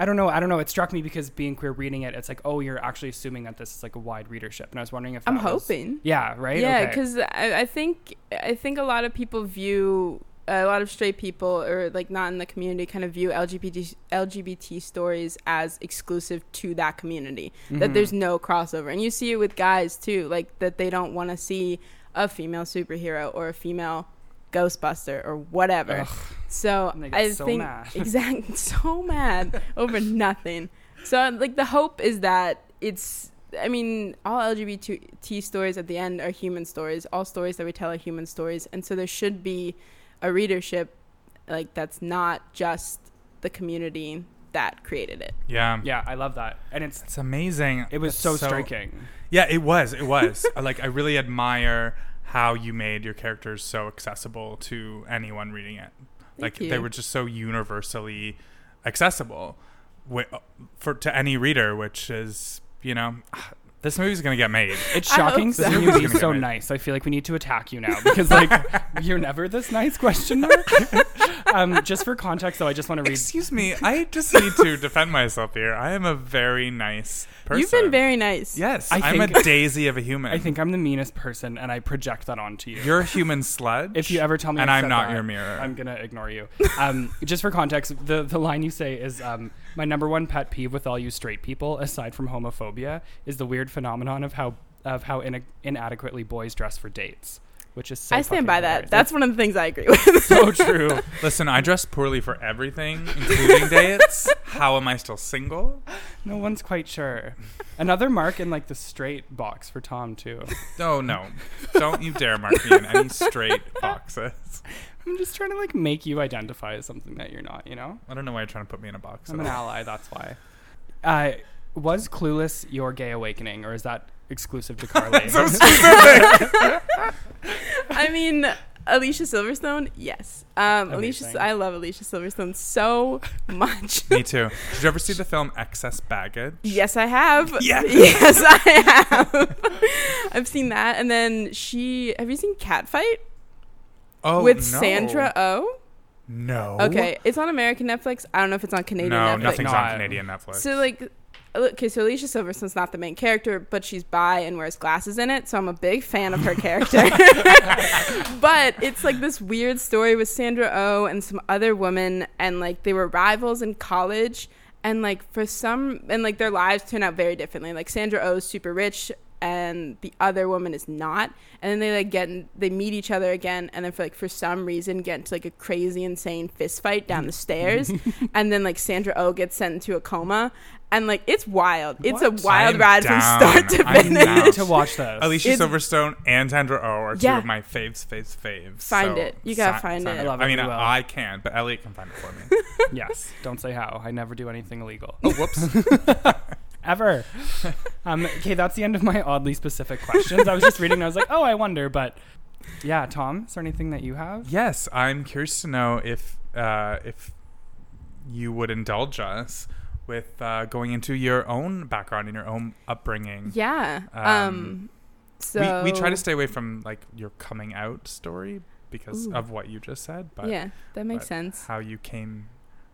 Speaker 3: I don't know. I don't know. It struck me because being queer, reading it, it's like, oh, you're actually assuming that this is like a wide readership, and I was wondering if
Speaker 4: [LAUGHS] i'm
Speaker 3: that was-
Speaker 4: hoping
Speaker 3: yeah, right.
Speaker 4: Yeah,
Speaker 3: Okay.
Speaker 4: because I, I think I think a lot of people view a lot of straight people or like not in the community kind of view LGBT LGBT stories as exclusive to that community.
Speaker 3: Mm-hmm.
Speaker 4: That there's no crossover, and you see it with guys too, like that they don't want to see a female superhero or a female Ghostbuster or whatever.
Speaker 3: Ugh.
Speaker 4: So
Speaker 3: And they get
Speaker 4: I
Speaker 3: so
Speaker 4: think [LAUGHS]
Speaker 3: mad. [LAUGHS]
Speaker 4: exactly so mad over nothing. So like the hope is that it's. I mean, all LGBT stories at the end are human stories. All stories that we tell are human stories, and so there should be a readership like that's not just the community that created it.
Speaker 2: Yeah.
Speaker 3: yeah, I love that, and it's
Speaker 2: It's amazing.
Speaker 3: It was
Speaker 2: That's
Speaker 3: so, striking.
Speaker 2: Yeah, it was. It was. I, like I really admire how you made your characters so accessible to anyone reading it. Like
Speaker 4: you.
Speaker 2: they were just so universally accessible wi- uh, for to any reader, which is you know [SIGHS] this movie's gonna get made.
Speaker 3: It's
Speaker 4: I hope
Speaker 3: shocking
Speaker 4: so.
Speaker 3: seeing
Speaker 2: This
Speaker 3: you
Speaker 2: is
Speaker 3: be
Speaker 2: gonna
Speaker 3: so
Speaker 2: be amazing.
Speaker 3: nice. I feel like we need to attack you now because like [LAUGHS] you're never this nice question mark. [LAUGHS] um, just for context though, I just want to read
Speaker 2: Excuse me, I just need
Speaker 3: [LAUGHS]
Speaker 2: to defend myself here. I am a very nice person.
Speaker 4: You've been very nice.
Speaker 2: yes.
Speaker 3: I
Speaker 2: I am
Speaker 3: think-
Speaker 2: a daisy of a human.
Speaker 3: I think I'm the meanest person and I project that onto you.
Speaker 2: you're a human sludge.
Speaker 3: if you ever tell me
Speaker 2: and
Speaker 3: i
Speaker 2: I'm not
Speaker 3: that,
Speaker 2: your mirror.
Speaker 3: I'm gonna ignore you. Um, just for context, the the line you say is um, my number one pet peeve with all you straight people, aside from homophobia, is the weird phenomenon of how of how ina- inadequately boys dress for dates, which is so
Speaker 4: I
Speaker 3: fucking
Speaker 4: stand by
Speaker 3: hilarious.
Speaker 4: that. That's one of the things I agree [LAUGHS]
Speaker 2: [LAUGHS]
Speaker 4: with.
Speaker 3: so true.
Speaker 2: Listen, I dress poorly for everything,
Speaker 4: [LAUGHS]
Speaker 2: including dates. How am I still single?
Speaker 3: No one's quite sure. Another mark in like the straight box for Tom too.
Speaker 2: Oh no. Don't you dare mark me in any straight boxes.
Speaker 3: I'm just trying to like make you identify as something that you're not, you know?
Speaker 2: I don't know why you're trying to put me in a box.
Speaker 3: I'm [LAUGHS]
Speaker 2: at
Speaker 3: an
Speaker 2: [LAUGHS] all.
Speaker 3: ally, that's why. Uh was Clueless your gay awakening [LAUGHS] or is that exclusive to Carly?
Speaker 2: So specific.
Speaker 4: I mean, Alicia Silverstone, yes. Um,
Speaker 3: Amazing.
Speaker 4: Alicia, I love Alicia Silverstone so [LAUGHS] much.
Speaker 2: Me too. Did you ever see the film Excess Baggage?
Speaker 4: Yes, I have.
Speaker 2: [LAUGHS] Yes.
Speaker 4: [LAUGHS] Yes, I have. [LAUGHS] I've seen that. And then she, have you seen Catfight
Speaker 2: Oh,
Speaker 4: with
Speaker 2: no.
Speaker 4: Sandra Oh?
Speaker 2: No.
Speaker 4: Okay, it's on American Netflix. I don't know if it's on Canadian
Speaker 2: no,
Speaker 4: Netflix.
Speaker 2: nothing's
Speaker 3: Not-
Speaker 2: on Canadian Netflix.
Speaker 4: So like, okay, so Alicia Silverstone's not the main character, but she's bi and wears glasses in it, so I'm a big fan of her
Speaker 2: [LAUGHS]
Speaker 4: character. [LAUGHS] but it's like this weird story with Sandra O oh and some other woman, and like they were rivals in college, and like for some, and like their lives turn out very differently. Like Sandra O oh is super rich. And the other woman is not, and then they like get in, they meet each other again, and then for like for some reason get into like a crazy insane fist fight down the
Speaker 2: [LAUGHS]
Speaker 4: stairs, and then like Sandra O oh gets sent into a coma, and like it's wild. It's
Speaker 3: What?
Speaker 4: a wild
Speaker 2: I'm
Speaker 4: ride
Speaker 2: down.
Speaker 4: from start to
Speaker 2: I'm
Speaker 4: finish.
Speaker 2: down.
Speaker 3: need to [LAUGHS] watch this.
Speaker 2: Alicia
Speaker 4: It's-
Speaker 2: Silverstone and Sandra Oh are
Speaker 4: Yeah.
Speaker 2: two of my faves, faves, faves.
Speaker 4: Find
Speaker 2: So,
Speaker 4: it. You gotta
Speaker 2: si-
Speaker 4: find
Speaker 2: sign
Speaker 4: it. I
Speaker 3: love it,
Speaker 2: I mean,
Speaker 3: we will.
Speaker 2: I can, but Elliot can find it
Speaker 4: [LAUGHS]
Speaker 2: for me.
Speaker 3: yes. Don't say how. I never do anything illegal.
Speaker 2: oh, whoops.
Speaker 3: [LAUGHS] Ever. Um, okay, that's the end of my oddly specific questions. I was just reading and I was like, oh, I wonder, but yeah, Tom, is there anything that you have?
Speaker 2: yes, I'm curious to know if uh, if you would indulge us with uh, going into your own background and your own upbringing.
Speaker 4: [LAUGHS] Yeah. Um.
Speaker 2: Um,
Speaker 4: so
Speaker 2: we, we try to stay away from like your coming out story because
Speaker 4: Ooh.
Speaker 2: of what you just said, but
Speaker 4: yeah, that makes
Speaker 2: but
Speaker 4: sense.
Speaker 2: how you came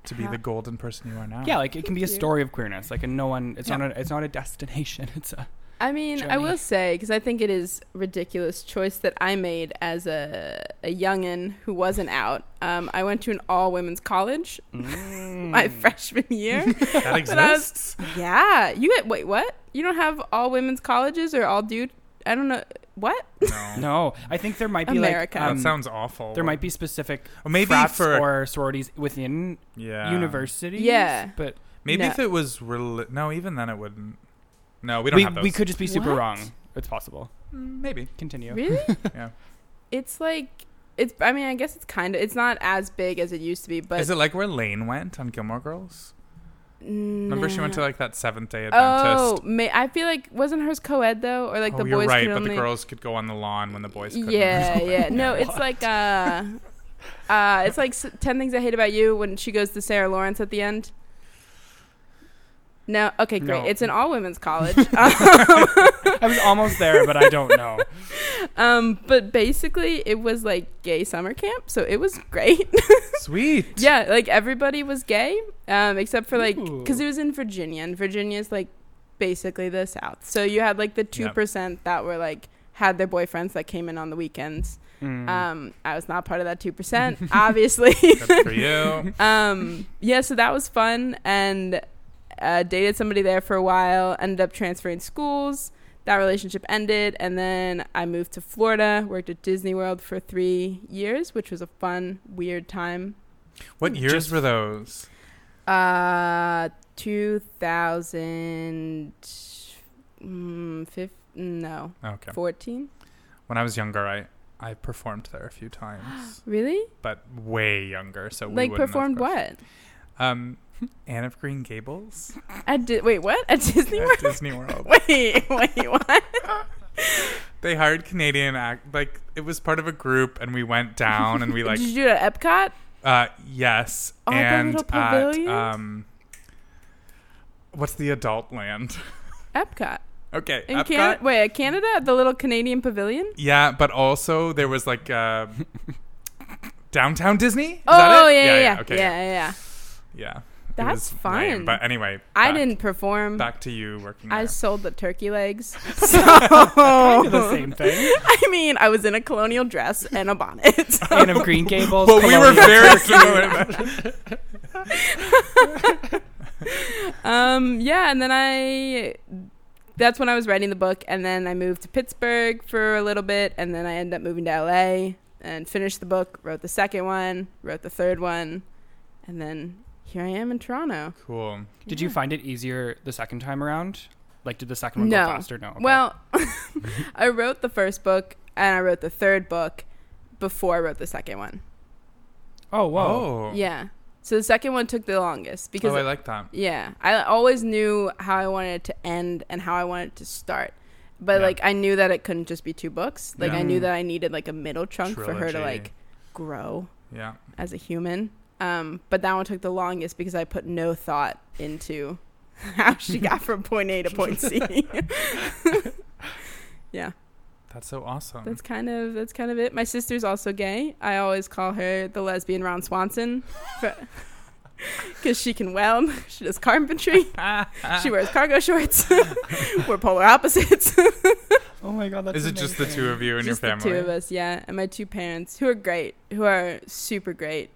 Speaker 2: to be
Speaker 4: How-
Speaker 2: the golden person you are now.
Speaker 3: Yeah, like it can be a story of queerness. Like, and no one, it's
Speaker 2: Oh, Yeah.
Speaker 3: not, a, it's not a destination. [LAUGHS] It's a
Speaker 4: I mean, I
Speaker 3: Journey.
Speaker 4: will say because I think it is ridiculous choice that I made as a a youngin who wasn't out. Um, I went to an all women's college my freshman
Speaker 2: [LAUGHS]
Speaker 4: year. [LAUGHS]
Speaker 2: that
Speaker 4: But I was-
Speaker 2: Mm. exists.
Speaker 4: yeah, you get wait what? You don't have all women's colleges or all dude? I don't know what.
Speaker 2: No.
Speaker 3: [LAUGHS] no. I think there might be
Speaker 4: America.
Speaker 3: like
Speaker 2: That
Speaker 3: um,
Speaker 2: sounds awful.
Speaker 3: there might be specific
Speaker 2: Or maybe
Speaker 3: frats
Speaker 2: for
Speaker 3: or sororities within
Speaker 2: yeah.
Speaker 3: universities.
Speaker 4: Yeah.
Speaker 3: but
Speaker 2: Maybe
Speaker 4: No.
Speaker 2: if it was reli- no, even then it wouldn't. No, we don't
Speaker 3: we,
Speaker 2: have those.
Speaker 3: we could just be super
Speaker 4: What?
Speaker 3: wrong. It's possible.
Speaker 2: Mm, maybe.
Speaker 3: Continue.
Speaker 4: Really?
Speaker 2: [LAUGHS] Yeah.
Speaker 4: It's like it's. I mean, I guess it's kind of. It's not as big as it used to be, but
Speaker 2: Is it like where Lane went on Gilmore Girls? Remember she went to like that Seventh Day
Speaker 4: Oh,
Speaker 2: Adventist.
Speaker 4: may, I feel like wasn't hers co-ed though, or like
Speaker 2: oh,
Speaker 4: the
Speaker 2: you're
Speaker 4: boys
Speaker 2: right,
Speaker 4: could
Speaker 2: but
Speaker 4: only.
Speaker 2: the girls could go on the lawn when the boys couldn't. or
Speaker 4: yeah,
Speaker 2: something.
Speaker 4: yeah.
Speaker 3: [LAUGHS]
Speaker 4: No, it's like uh, uh, it's like s- ten things I hate about you when she goes to Sarah Lawrence at the end. No, okay, great.
Speaker 3: No.
Speaker 4: It's an all women's
Speaker 3: [LAUGHS]
Speaker 4: college.
Speaker 3: I was almost there, but I don't know.
Speaker 4: [LAUGHS] um, but basically, it was like gay summer camp, so it was
Speaker 3: [LAUGHS]
Speaker 4: great.
Speaker 2: [LAUGHS]
Speaker 4: [LAUGHS]
Speaker 2: Sweet.
Speaker 4: yeah, like everybody was gay, um, except for like because
Speaker 3: Ooh.
Speaker 4: it was in Virginia, and Virginia's like basically the South. So you had like the two percent that were like had their boyfriends that came in on the weekends.
Speaker 3: Mm.
Speaker 4: Um, I was not part of that two percent,
Speaker 2: [LAUGHS]
Speaker 4: obviously.
Speaker 2: Good for you.
Speaker 4: [LAUGHS] um, yeah, so that was fun, and uh, dated somebody there for a while. Ended up transferring schools. That relationship ended, and then I moved to Florida. Worked at Disney World for three years, which was a fun, weird time.
Speaker 2: What years
Speaker 3: Just-
Speaker 2: were those?
Speaker 4: Uh, 2005, no,
Speaker 2: Okay.
Speaker 4: 14.
Speaker 2: When I was younger, I I performed there a few
Speaker 4: [GASPS]
Speaker 2: times,
Speaker 4: Really?
Speaker 2: but way younger. So we
Speaker 4: like
Speaker 2: wouldn't have
Speaker 4: performed
Speaker 2: questioned.
Speaker 4: what?
Speaker 2: Um, Anne of Green Gables
Speaker 4: [LAUGHS] At Di- wait, what? At [LAUGHS] Disney World?
Speaker 2: at Disney World.
Speaker 4: [LAUGHS] Wait, wait, what?
Speaker 2: They hired Canadian act like it was part of a group, and we went down and we
Speaker 4: [LAUGHS]
Speaker 2: like
Speaker 4: Did you do it at Epcot?
Speaker 2: uh yes,
Speaker 4: All the
Speaker 2: and
Speaker 4: little
Speaker 2: at
Speaker 4: pavilions?
Speaker 2: um, what's the adult land? [LAUGHS]
Speaker 4: Epcot.
Speaker 2: okay,
Speaker 4: In
Speaker 2: Epcot.
Speaker 4: Canada? Wait, at Canada? At the little Canadian pavilion?
Speaker 2: Yeah, but also there was like
Speaker 3: [LAUGHS]
Speaker 2: uh, downtown Disney. Is
Speaker 4: oh,
Speaker 2: that it?
Speaker 4: yeah, yeah, yeah. Yeah,
Speaker 2: okay,
Speaker 4: yeah, yeah.
Speaker 2: yeah. It
Speaker 4: That's
Speaker 2: was
Speaker 4: fun.
Speaker 2: lame, but anyway,
Speaker 4: I
Speaker 2: back-
Speaker 4: didn't perform.
Speaker 2: Back to you working.
Speaker 4: I
Speaker 2: there.
Speaker 4: sold the
Speaker 2: [LAUGHS]
Speaker 4: turkey legs. So kind
Speaker 3: Kinda the same thing.
Speaker 4: [LAUGHS] I mean, I was in a colonial dress and
Speaker 2: [LAUGHS]
Speaker 4: a bonnet.
Speaker 3: Anne of Green Gables.
Speaker 2: Well, we were
Speaker 3: Colonial-
Speaker 4: [LAUGHS]
Speaker 2: very similar.
Speaker 4: um yeah and then i that's when i was writing the book and then i moved to pittsburgh for a little bit and then i ended up moving to la and finished the book wrote the second one wrote the third one and then here i am in toronto
Speaker 2: cool.
Speaker 3: Did you find it easier the second time around? Like, did the second one
Speaker 4: No.
Speaker 3: go faster? No. okay.
Speaker 4: well [LAUGHS] i wrote the first book and i wrote the third book before i wrote the second one
Speaker 3: Oh, whoa.
Speaker 2: Oh.
Speaker 4: yeah so the second one took the longest because
Speaker 2: oh, I like that.
Speaker 4: Yeah, I always knew how I wanted it to end and how I wanted it to start. But
Speaker 2: Yeah. Mm.
Speaker 4: like I knew that it couldn't just be two books. Like I
Speaker 3: Yeah.
Speaker 4: knew that I needed like a middle chunk for her to
Speaker 2: Trilogy.
Speaker 4: like grow
Speaker 2: Yeah.
Speaker 4: as a human. Um, but that one took the longest because I put no thought into [LAUGHS] how she
Speaker 2: [LAUGHS]
Speaker 4: got from point A to point C. yeah,
Speaker 2: That's so awesome.
Speaker 4: that's kind of that's kind of it. My sister's also gay. I always call her the lesbian Ron Swanson [LAUGHS] because she can weld. [LAUGHS] She does carpentry.
Speaker 2: [LAUGHS] Ah.
Speaker 4: she wears cargo shorts. [LAUGHS] We're polar opposites.
Speaker 3: Oh my god, that's
Speaker 2: Is it just the two of you and
Speaker 4: Just
Speaker 2: your
Speaker 4: the
Speaker 2: family?
Speaker 4: two of us, yeah, and my two parents who are great, who are super great.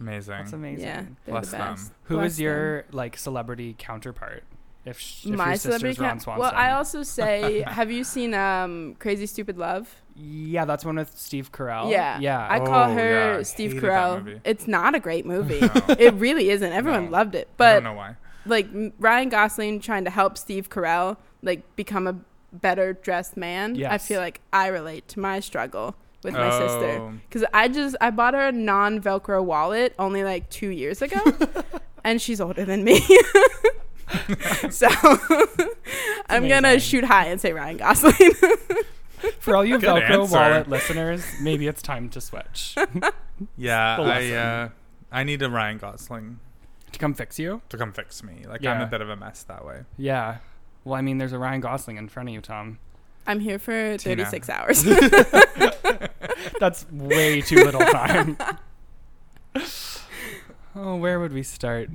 Speaker 2: Amazing.
Speaker 3: That's amazing.
Speaker 4: Yeah, they're
Speaker 2: Bless
Speaker 4: the
Speaker 2: them.
Speaker 4: best.
Speaker 3: Who
Speaker 4: Bless
Speaker 3: is your like celebrity counterpart? If, sh- if
Speaker 4: my
Speaker 3: your sister's
Speaker 4: celebrity
Speaker 3: Ron
Speaker 4: count.
Speaker 3: Swanson.
Speaker 4: Well, I
Speaker 2: [LAUGHS]
Speaker 4: also say, have you seen um, Crazy Stupid Love?
Speaker 3: yeah, that's one with Steve Carell.
Speaker 4: Yeah.
Speaker 3: yeah.
Speaker 4: I call
Speaker 2: Oh,
Speaker 4: her
Speaker 2: yeah, I
Speaker 4: Steve
Speaker 2: hated that
Speaker 4: Carell.
Speaker 2: movie.
Speaker 4: It's not a great movie.
Speaker 2: [LAUGHS]
Speaker 4: [LAUGHS]
Speaker 2: No.
Speaker 4: it really isn't. Everyone
Speaker 2: No.
Speaker 4: loved it,
Speaker 2: I
Speaker 4: but
Speaker 2: don't know why.
Speaker 4: like m- Ryan Gosling trying to help Steve Carell like become a better dressed man. I
Speaker 3: Yes.
Speaker 4: feel like I relate to my struggle with my sister.
Speaker 2: Oh.
Speaker 4: Because I just I bought her a non Velcro wallet only like two years
Speaker 2: [LAUGHS]
Speaker 4: ago, and she's older than me. so I'm gonna
Speaker 3: amazing.
Speaker 4: shoot high and say Ryan Gosling.
Speaker 3: [LAUGHS]
Speaker 4: [LAUGHS]
Speaker 3: For all you
Speaker 2: Good
Speaker 3: Velcro
Speaker 2: answer.
Speaker 3: wallet listeners, maybe it's time to
Speaker 4: [LAUGHS]
Speaker 3: switch
Speaker 2: Yeah,
Speaker 3: The
Speaker 2: I
Speaker 3: lesson.
Speaker 2: uh, I need a Ryan Gosling
Speaker 3: to come fix you.
Speaker 2: to come fix me. Like I'm
Speaker 3: Yeah.
Speaker 2: a bit of a mess that way.
Speaker 3: Yeah. Well, I mean, there's a Ryan Gosling in front of you, Tom.
Speaker 4: I'm here for
Speaker 2: Tina. [LAUGHS]
Speaker 4: 36 hours.
Speaker 3: That's way too little
Speaker 4: [LAUGHS]
Speaker 3: time. oh, where would we start?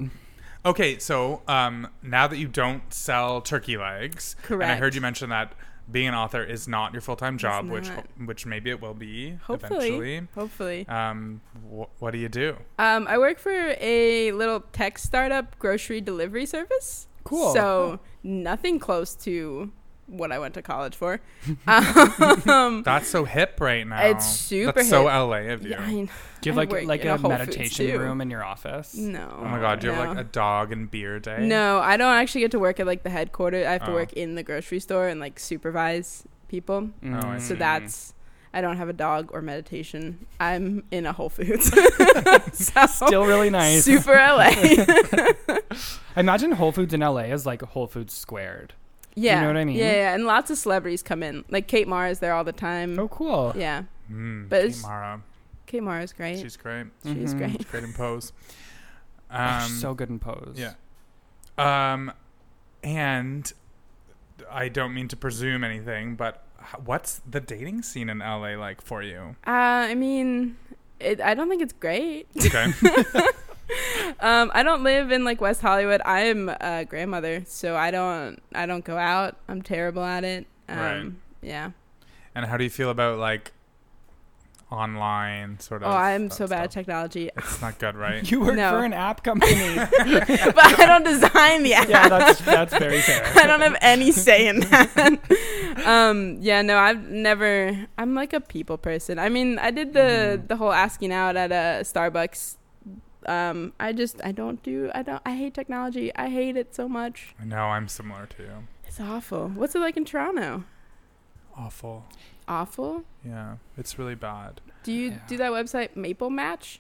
Speaker 2: Okay, so um, now that you don't sell turkey legs, and I
Speaker 4: Correct.
Speaker 2: heard you mention that being an author is not your full time job, which
Speaker 4: not.
Speaker 2: which maybe it will be
Speaker 4: Hopefully,
Speaker 2: eventually.
Speaker 4: hopefully.
Speaker 2: Um, wh- what do you do?
Speaker 4: Um, I work for a little tech startup grocery delivery service.
Speaker 3: Cool.
Speaker 4: So nothing close to what I went to
Speaker 2: [LAUGHS]
Speaker 4: college for. um,
Speaker 2: That's so hip right now.
Speaker 4: It's super
Speaker 2: That's so
Speaker 4: hip.
Speaker 2: LA of you.
Speaker 4: yeah, I know.
Speaker 3: Do you have
Speaker 4: I
Speaker 3: like
Speaker 4: work
Speaker 3: like
Speaker 4: in
Speaker 3: a,
Speaker 4: a Whole Foods,
Speaker 3: meditation
Speaker 4: too.
Speaker 3: room in your office?
Speaker 4: No.
Speaker 2: Oh my god, do you have
Speaker 4: No.
Speaker 2: like a dog and beer day?
Speaker 4: No, I don't actually get to work at like the headquarters. I have to
Speaker 2: Oh.
Speaker 4: work in the grocery store and like supervise people.
Speaker 2: Oh, I
Speaker 4: So
Speaker 3: Mm-hmm.
Speaker 2: see.
Speaker 4: that's I don't have a dog or meditation. I'm in a Whole Foods. [LAUGHS] so
Speaker 3: still really
Speaker 4: [LAUGHS]
Speaker 3: nice.
Speaker 4: super
Speaker 3: [LAUGHS]
Speaker 4: LA.
Speaker 3: I imagine Whole Foods in LA is like Whole Foods squared.
Speaker 4: [LAUGHS] yeah.
Speaker 3: know what I mean?
Speaker 4: Yeah, yeah, and lots of celebrities come in. Like Kate Mara is there all the time.
Speaker 3: Oh, cool.
Speaker 4: Yeah.
Speaker 2: Mm,
Speaker 4: But
Speaker 2: but
Speaker 4: it's- Kate Mara is great. She's,
Speaker 2: she's great.
Speaker 3: Mhm.
Speaker 4: great.
Speaker 2: Great in
Speaker 4: [LAUGHS]
Speaker 2: pose.
Speaker 3: They're
Speaker 2: Um,
Speaker 3: so good in pose.
Speaker 2: Yeah. Um, and I don't mean to presume anything, but h- what's the dating scene in LA like
Speaker 3: [LAUGHS]
Speaker 2: for you?
Speaker 4: Uh, I mean, it, I don't think it's great.
Speaker 2: Okay.
Speaker 4: Um, I don't live in like West Hollywood. I am a grandmother, so I don't I don't go out. I'm terrible at it. Um,
Speaker 2: Right.
Speaker 4: Yeah.
Speaker 2: and how do you feel about like online sort of?
Speaker 4: Oh, I'm
Speaker 2: that
Speaker 4: so bad at
Speaker 2: stuff?
Speaker 4: technology, [LAUGHS]
Speaker 2: It's
Speaker 3: [LAUGHS]
Speaker 2: not good, right?
Speaker 3: [LAUGHS] You work
Speaker 4: No.
Speaker 3: for an app
Speaker 4: [LAUGHS]
Speaker 3: company. [LAUGHS]
Speaker 4: but I don't design the app.
Speaker 3: yeah, that's that's very fair.
Speaker 4: [LAUGHS] I don't have any say in that. [LAUGHS] um, yeah, no, I've never. I'm like a people person. I mean, I did the the whole asking out at a Starbucks. Um, I just I don't do I don't I hate technology. I hate it so much.
Speaker 2: no, I'm similar to you.
Speaker 4: It's awful. What's it like in Toronto?
Speaker 2: Awful.
Speaker 4: Awful.
Speaker 2: Yeah, it's really bad.
Speaker 4: Do you
Speaker 3: Yeah.
Speaker 4: do that website Maple Match?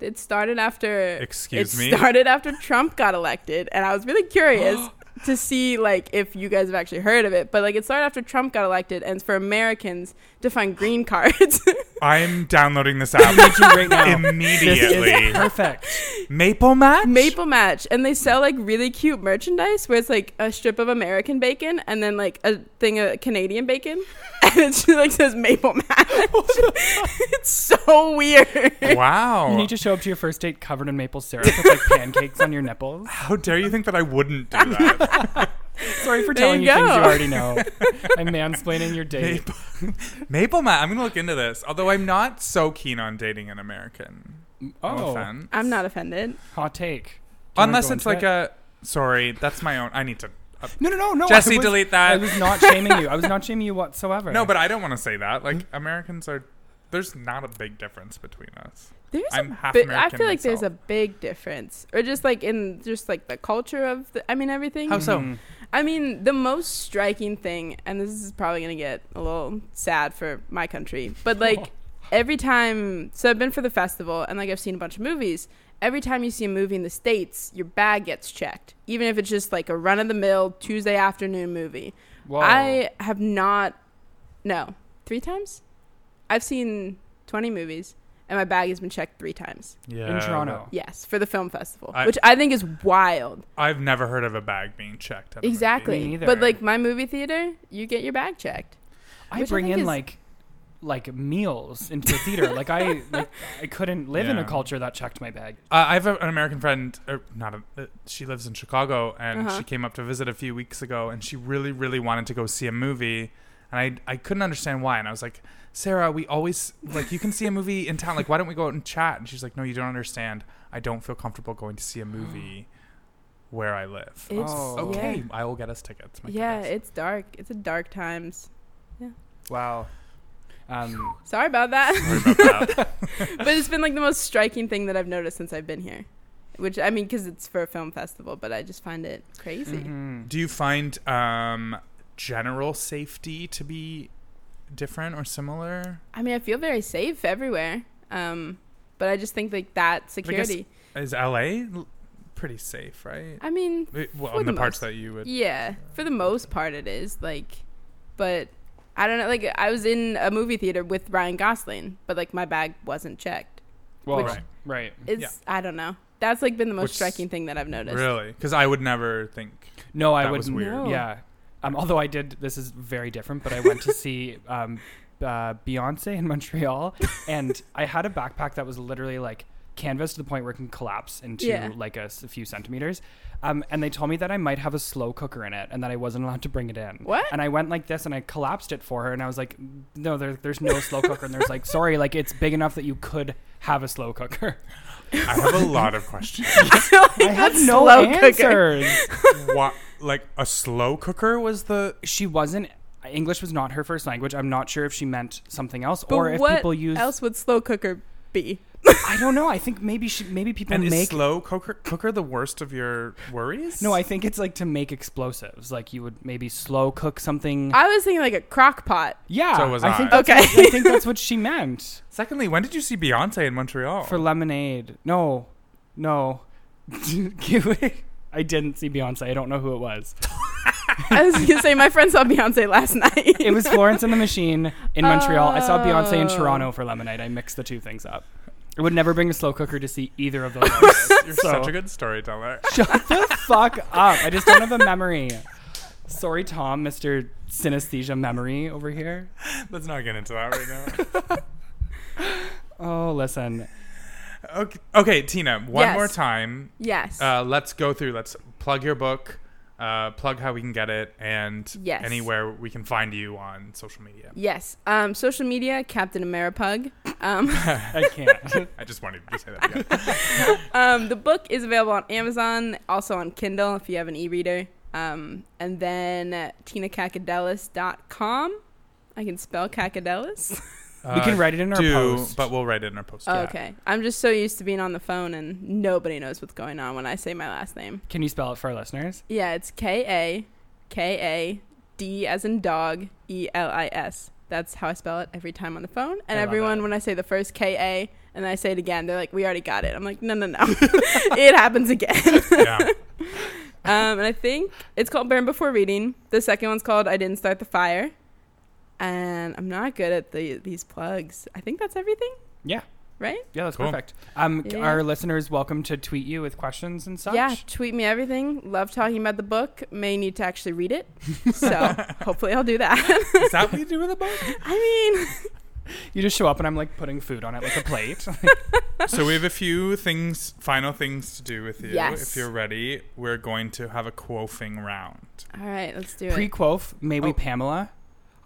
Speaker 4: It started after
Speaker 2: Excuse
Speaker 4: it
Speaker 2: me?
Speaker 4: started after Trump got elected, and I was really
Speaker 2: [GASPS]
Speaker 4: curious to see like if you guys have actually heard of it. But like it started after Trump got elected, and it's for Americans to find
Speaker 2: [LAUGHS]
Speaker 4: green cards. [LAUGHS]
Speaker 3: [LAUGHS]
Speaker 2: I'm downloading this
Speaker 3: I
Speaker 2: app
Speaker 3: need you right now. This is
Speaker 2: immediately.
Speaker 3: perfect.
Speaker 2: Maple match.
Speaker 4: Maple Match, and they sell like really cute merchandise where it's like a strip of American bacon and then like a thing of Canadian bacon, [LAUGHS] and it just like says
Speaker 2: [LAUGHS]
Speaker 4: Maple Match. [LAUGHS] it's so weird.
Speaker 2: Wow.
Speaker 3: You need to show up to your first date covered in maple syrup with like pancakes on your
Speaker 4: [LAUGHS]
Speaker 3: nipples.
Speaker 2: How dare you think that I
Speaker 3: [LAUGHS]
Speaker 2: wouldn't do that?
Speaker 3: Sorry for
Speaker 4: There
Speaker 3: telling
Speaker 4: you
Speaker 3: you, things you
Speaker 4: go.
Speaker 3: already
Speaker 4: [LAUGHS]
Speaker 3: know. I'm mansplaining your date.
Speaker 2: Maple, [LAUGHS] Maple match. I'm gonna look into this. Although I'm not so keen on dating an American. No
Speaker 3: Oh,
Speaker 2: offense.
Speaker 4: I'm not offended.
Speaker 3: hot take. Do you wanna
Speaker 2: Unless
Speaker 3: go
Speaker 2: it's
Speaker 3: into
Speaker 2: like
Speaker 3: it?
Speaker 2: a. Sorry, that's my own. I need to. uh,
Speaker 3: no, no, no, no. I
Speaker 2: Jesse,
Speaker 3: was-
Speaker 2: delete
Speaker 3: I
Speaker 2: that.
Speaker 3: was not shaming you. I was not shaming you whatsoever.
Speaker 2: No, but I don't want to say that. Like
Speaker 3: Mm-hmm.
Speaker 2: Americans are. There's not a big difference between us.
Speaker 4: There's
Speaker 2: I'm half
Speaker 4: But I
Speaker 2: American.
Speaker 4: feel like there's a
Speaker 2: myself.
Speaker 4: big difference, or just like in just like the culture of the, I mean everything. Mm-hmm.
Speaker 2: How so?
Speaker 3: Mhm.
Speaker 4: I mean the most striking thing, and this is probably gonna get a little sad for
Speaker 2: [LAUGHS]
Speaker 4: my country, but like every time, so I've been for the festival, and like I've seen a bunch of movies, every time you see a movie in the States, your bag gets checked, even if it's just like a run of the mill Tuesday afternoon movie.
Speaker 3: Whoa.
Speaker 4: I have not, no, three times? I've seen 20 movies and my bag has been checked three times.
Speaker 2: Yeah.
Speaker 3: in Toronto.
Speaker 4: Yes, for the film festival,
Speaker 2: I-
Speaker 4: which I think is wild.
Speaker 2: I've never heard of a bag being checked. at a movie.
Speaker 4: Exactly.
Speaker 3: Me neither.
Speaker 4: But like my movie theater, you get your bag checked.
Speaker 3: I
Speaker 4: Which I
Speaker 3: bring
Speaker 4: think
Speaker 3: in
Speaker 4: is-
Speaker 3: like like meals into the theater. like
Speaker 4: [LAUGHS]
Speaker 3: I like I couldn't live in a
Speaker 2: Yeah.
Speaker 3: culture that checked my bag.
Speaker 2: Uh, I have a, an American friend, or not a, uh, she lives in Chicago, and
Speaker 4: Uh-huh.
Speaker 2: she came up to visit a few weeks ago, and she really, really wanted to go see a movie, and I, I couldn't understand why, and I was like, Sarah, we always like you can see a movie in town, like why don't we go out and chat? And she's like, No, you don't understand. I don't feel comfortable going to see a movie where I live.
Speaker 4: It's
Speaker 3: Oh.
Speaker 2: okay, I will get us tickets. my
Speaker 4: Yeah, yeah
Speaker 2: goodness.
Speaker 4: it's dark. It's a dark times.
Speaker 3: Wow. Um,
Speaker 4: Sorry about that.
Speaker 2: Sorry
Speaker 4: [LAUGHS]
Speaker 2: about that.
Speaker 4: but it's been like the most striking thing that I've noticed since I've been here. Which I mean, because it's for a film festival, but I just find it crazy.
Speaker 3: mm-hmm.
Speaker 2: Do you find um, general safety to be different or similar?
Speaker 4: I mean, I feel very safe everywhere. Um, but I just think like that security.
Speaker 2: Is LA l- pretty safe, right?
Speaker 4: I mean,
Speaker 2: It- well,
Speaker 4: For
Speaker 2: on the,
Speaker 4: the
Speaker 2: parts
Speaker 4: most.
Speaker 2: that you would.
Speaker 4: Yeah, for the most part, it is like, but I don't know. Like, I was in a movie theater with Ryan Gosling, but like my bag wasn't checked.
Speaker 2: Mm-hmm.
Speaker 3: well,
Speaker 4: Which-
Speaker 2: right.
Speaker 3: right.
Speaker 4: It's I don't know. That's like been the most
Speaker 2: Which-
Speaker 4: striking thing that I've noticed.
Speaker 2: Really? Because I would never think.
Speaker 3: No, I
Speaker 2: That was
Speaker 3: wouldn't.
Speaker 2: weird.
Speaker 4: No.
Speaker 3: Yeah. Um, although I did, this is very different, but I went to see [LAUGHS] um, uh, Beyonce in [LAUGHS] Montreal, and I had a backpack that was literally like canvas to the point where it can collapse into
Speaker 4: Yeah.
Speaker 3: like a, s- a few centimeters. Um, and they told me that I might have a slow cooker in it and that I wasn't allowed to bring it in.
Speaker 4: What?
Speaker 3: And I went like this and I collapsed it for her, and I was like, no, there, there's no slow cooker. And there's like, sorry, like it's big enough that you could have a slow
Speaker 4: [LAUGHS]
Speaker 3: cooker.
Speaker 2: I have a lot of questions.
Speaker 3: I have no
Speaker 4: slow cooker.
Speaker 3: answers.
Speaker 2: what? Like a slow cooker was the.
Speaker 3: she wasn't English was not her first language. I'm not sure if she meant something else
Speaker 4: But
Speaker 3: or if
Speaker 4: what
Speaker 3: people use
Speaker 4: else would slow cooker be? [LAUGHS]
Speaker 3: I don't know. I think maybe she maybe people
Speaker 2: And is
Speaker 3: make
Speaker 2: slow cooker cooker the worst of your worries?
Speaker 3: No, I think it's like to make explosives. Like you would maybe slow cook something.
Speaker 4: I was thinking like a crock pot.
Speaker 3: yeah.
Speaker 2: So was
Speaker 3: think
Speaker 2: I.
Speaker 3: that's
Speaker 4: Okay.
Speaker 3: what- I think that's what she meant
Speaker 2: Secondly, when did you see Beyonce in Montreal?
Speaker 3: for lemonade. No. No. [LAUGHS] Kiwi. I didn't see Beyonce. I don't know who it was.
Speaker 4: I was gonna say my friend saw Beyonce last [LAUGHS] night.
Speaker 3: It was Florence and the Machine in Montreal. I saw Beyonce in
Speaker 4: Oh.
Speaker 3: Toronto for lemonade. I mixed the two things up. I would never bring a slow cooker to see either
Speaker 4: [LAUGHS]
Speaker 3: of those. artists.
Speaker 2: You're
Speaker 3: So-
Speaker 2: such a good storyteller.
Speaker 3: Shut the fuck up. I just don't have a memory. Sorry, Tom, Mr. Synesthesia memory over here.
Speaker 2: Let's not get into that right
Speaker 3: Oh, listen.
Speaker 2: now. Okay, okay Tina, one
Speaker 4: Yes.
Speaker 2: more time.
Speaker 4: yes.
Speaker 2: Uh, let's go through. Let's plug your book, uh, plug how we can get it, and
Speaker 4: Yes.
Speaker 2: anywhere we can find you on social media.
Speaker 4: yes. Um, social media, Captain Ameripug. Um,
Speaker 3: I can't.
Speaker 2: I just wanted to say that.
Speaker 4: [LAUGHS]
Speaker 2: Again.
Speaker 4: um, the book is available on Amazon, also on Kindle if you have an e-reader. Um, and then uh, tinakacadelis.com. I can
Speaker 3: [LAUGHS]
Speaker 4: spell cacadelis.
Speaker 3: we can
Speaker 2: Uh,
Speaker 3: write it in our
Speaker 2: do,
Speaker 3: post.
Speaker 2: but we'll write it in our post.
Speaker 4: Oh, okay. I'm just so used to being on the phone and nobody knows what's going on when I say my last name.
Speaker 3: Can you spell it for our listeners?
Speaker 4: Yeah, it's K A K A D as in dog E L I S. That's how I spell it every time on the phone. And
Speaker 3: I love
Speaker 4: everyone,
Speaker 3: it.
Speaker 4: when I say the first K A and then I say it again, they're like, "We already got it." I'm like, "No, [LAUGHS] no, no, it happens again." [LAUGHS]
Speaker 2: Yeah.
Speaker 4: Um, and I think it's called Burn Before Reading. The second one's called I Didn't Start the Fire. And I'm not good at the these plugs. I think that's everything,
Speaker 3: Yeah.
Speaker 4: right?
Speaker 3: Yeah, that's
Speaker 2: Cool.
Speaker 3: perfect. Um,
Speaker 4: Yeah.
Speaker 3: Our listeners welcome to tweet you with questions and such.
Speaker 4: Yeah, tweet me everything. Love talking about the book. May need to actually read it. So hopefully I'll do that. [LAUGHS]
Speaker 2: Is that what you do with a book?
Speaker 4: I mean,
Speaker 3: You just show up and I'm like putting food on it like a
Speaker 4: [LAUGHS]
Speaker 3: plate.
Speaker 2: So we have a few things, final things to do with you.
Speaker 4: Yes.
Speaker 2: If you're ready, we're going to have a quoffing round.
Speaker 4: all right, let's do it.
Speaker 3: Pre quof, maybe
Speaker 2: Oh.
Speaker 3: Pamela.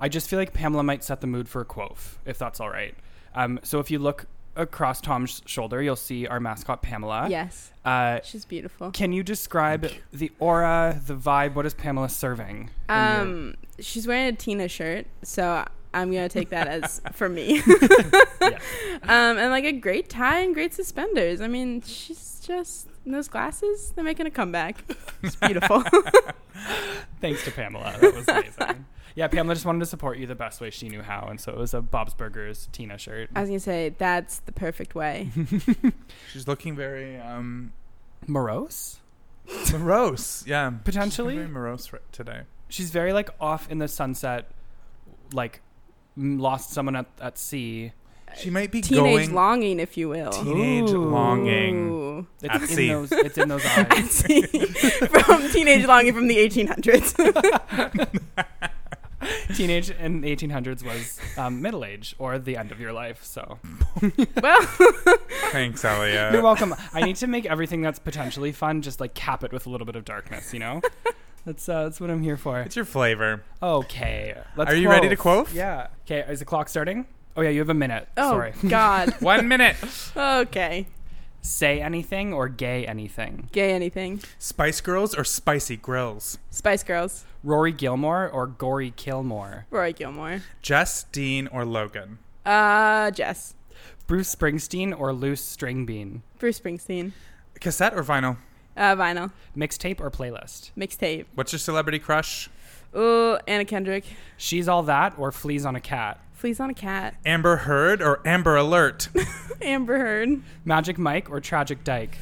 Speaker 3: I just feel like Pamela might set the mood for a quof, if that's all right. Um, so if you look across Tom's shoulder, you'll see our mascot, Pamela.
Speaker 4: yes,
Speaker 3: Uh,
Speaker 4: she's beautiful.
Speaker 3: Can you describe the aura, the vibe? What is Pamela serving? in your-
Speaker 4: Um, she's wearing a Tina shirt, so I'm gonna take
Speaker 2: [LAUGHS]
Speaker 4: that as for me. [LAUGHS] um, and like a great tie and great suspenders. I mean, she's just And those glasses, they're making a comeback.
Speaker 2: [LAUGHS]
Speaker 4: It's beautiful.
Speaker 3: Thanks to Pamela. That was
Speaker 4: [LAUGHS]
Speaker 3: amazing. yeah, Pamela just wanted to support you the best way she knew how, and so it was a Bob's Burgers Tina shirt.
Speaker 4: I was going to say, that's the
Speaker 2: [LAUGHS]
Speaker 4: perfect way.
Speaker 2: She's looking very um,
Speaker 3: Morose?
Speaker 2: morose. Yeah, She's looking
Speaker 3: Potentially.
Speaker 2: very morose ri- today.
Speaker 3: She's very like off in the sunset, like m- lost someone at, at sea.
Speaker 2: She might be
Speaker 4: Uh, Teenage
Speaker 2: going
Speaker 4: longing, if you will.
Speaker 2: teenage
Speaker 3: Ooh.
Speaker 2: longing.
Speaker 4: Ooh. [LAUGHS]
Speaker 3: It's
Speaker 2: At
Speaker 3: in
Speaker 2: sea.
Speaker 3: those. It's in those [LAUGHS] eyes.
Speaker 4: I see. [LAUGHS] from teenage longing from the 1800s.
Speaker 3: Teenage in the 1800s was um, middle age or the end of your life. So
Speaker 4: [LAUGHS] well, [LAUGHS] oh,
Speaker 2: Thanks, Elliot.
Speaker 3: you're welcome. I need to make everything that's potentially fun just like cap it with a little bit of darkness. You know, [LAUGHS] that's uh, that's what I'm here for.
Speaker 2: It's your flavor.
Speaker 3: Okay, let's.
Speaker 2: Are you ready to quote?
Speaker 3: Yeah. Okay. Is the clock starting? Oh yeah, you have a minute.
Speaker 2: [LAUGHS]
Speaker 4: oh,
Speaker 3: Sorry.
Speaker 4: God.
Speaker 3: [LAUGHS]
Speaker 2: One minute.
Speaker 4: Okay.
Speaker 3: Say anything or gay anything.
Speaker 4: Gay anything.
Speaker 2: Spice Girls or Spicy Grills?
Speaker 4: Spice Girls.
Speaker 3: Rory Gilmore or Gory Kilmore.
Speaker 4: Roy Gilmore.
Speaker 2: Jess, Dean, or Logan?
Speaker 4: Uh, Jess.
Speaker 3: Bruce Springsteen or Loose String Bean.
Speaker 4: Bruce Springsteen.
Speaker 2: Cassette or vinyl?
Speaker 4: Uh, vinyl.
Speaker 3: Mixtape or playlist.
Speaker 4: Mixtape.
Speaker 2: What's your celebrity crush?
Speaker 4: Oh, Anna Kendrick.
Speaker 3: She's all that or Fleas on a cat.
Speaker 4: Fleas on a cat. [LAUGHS]
Speaker 2: Amber Heard or Amber Alert?
Speaker 4: Amber Heard.
Speaker 3: Magic Mike or Tragic Dyke.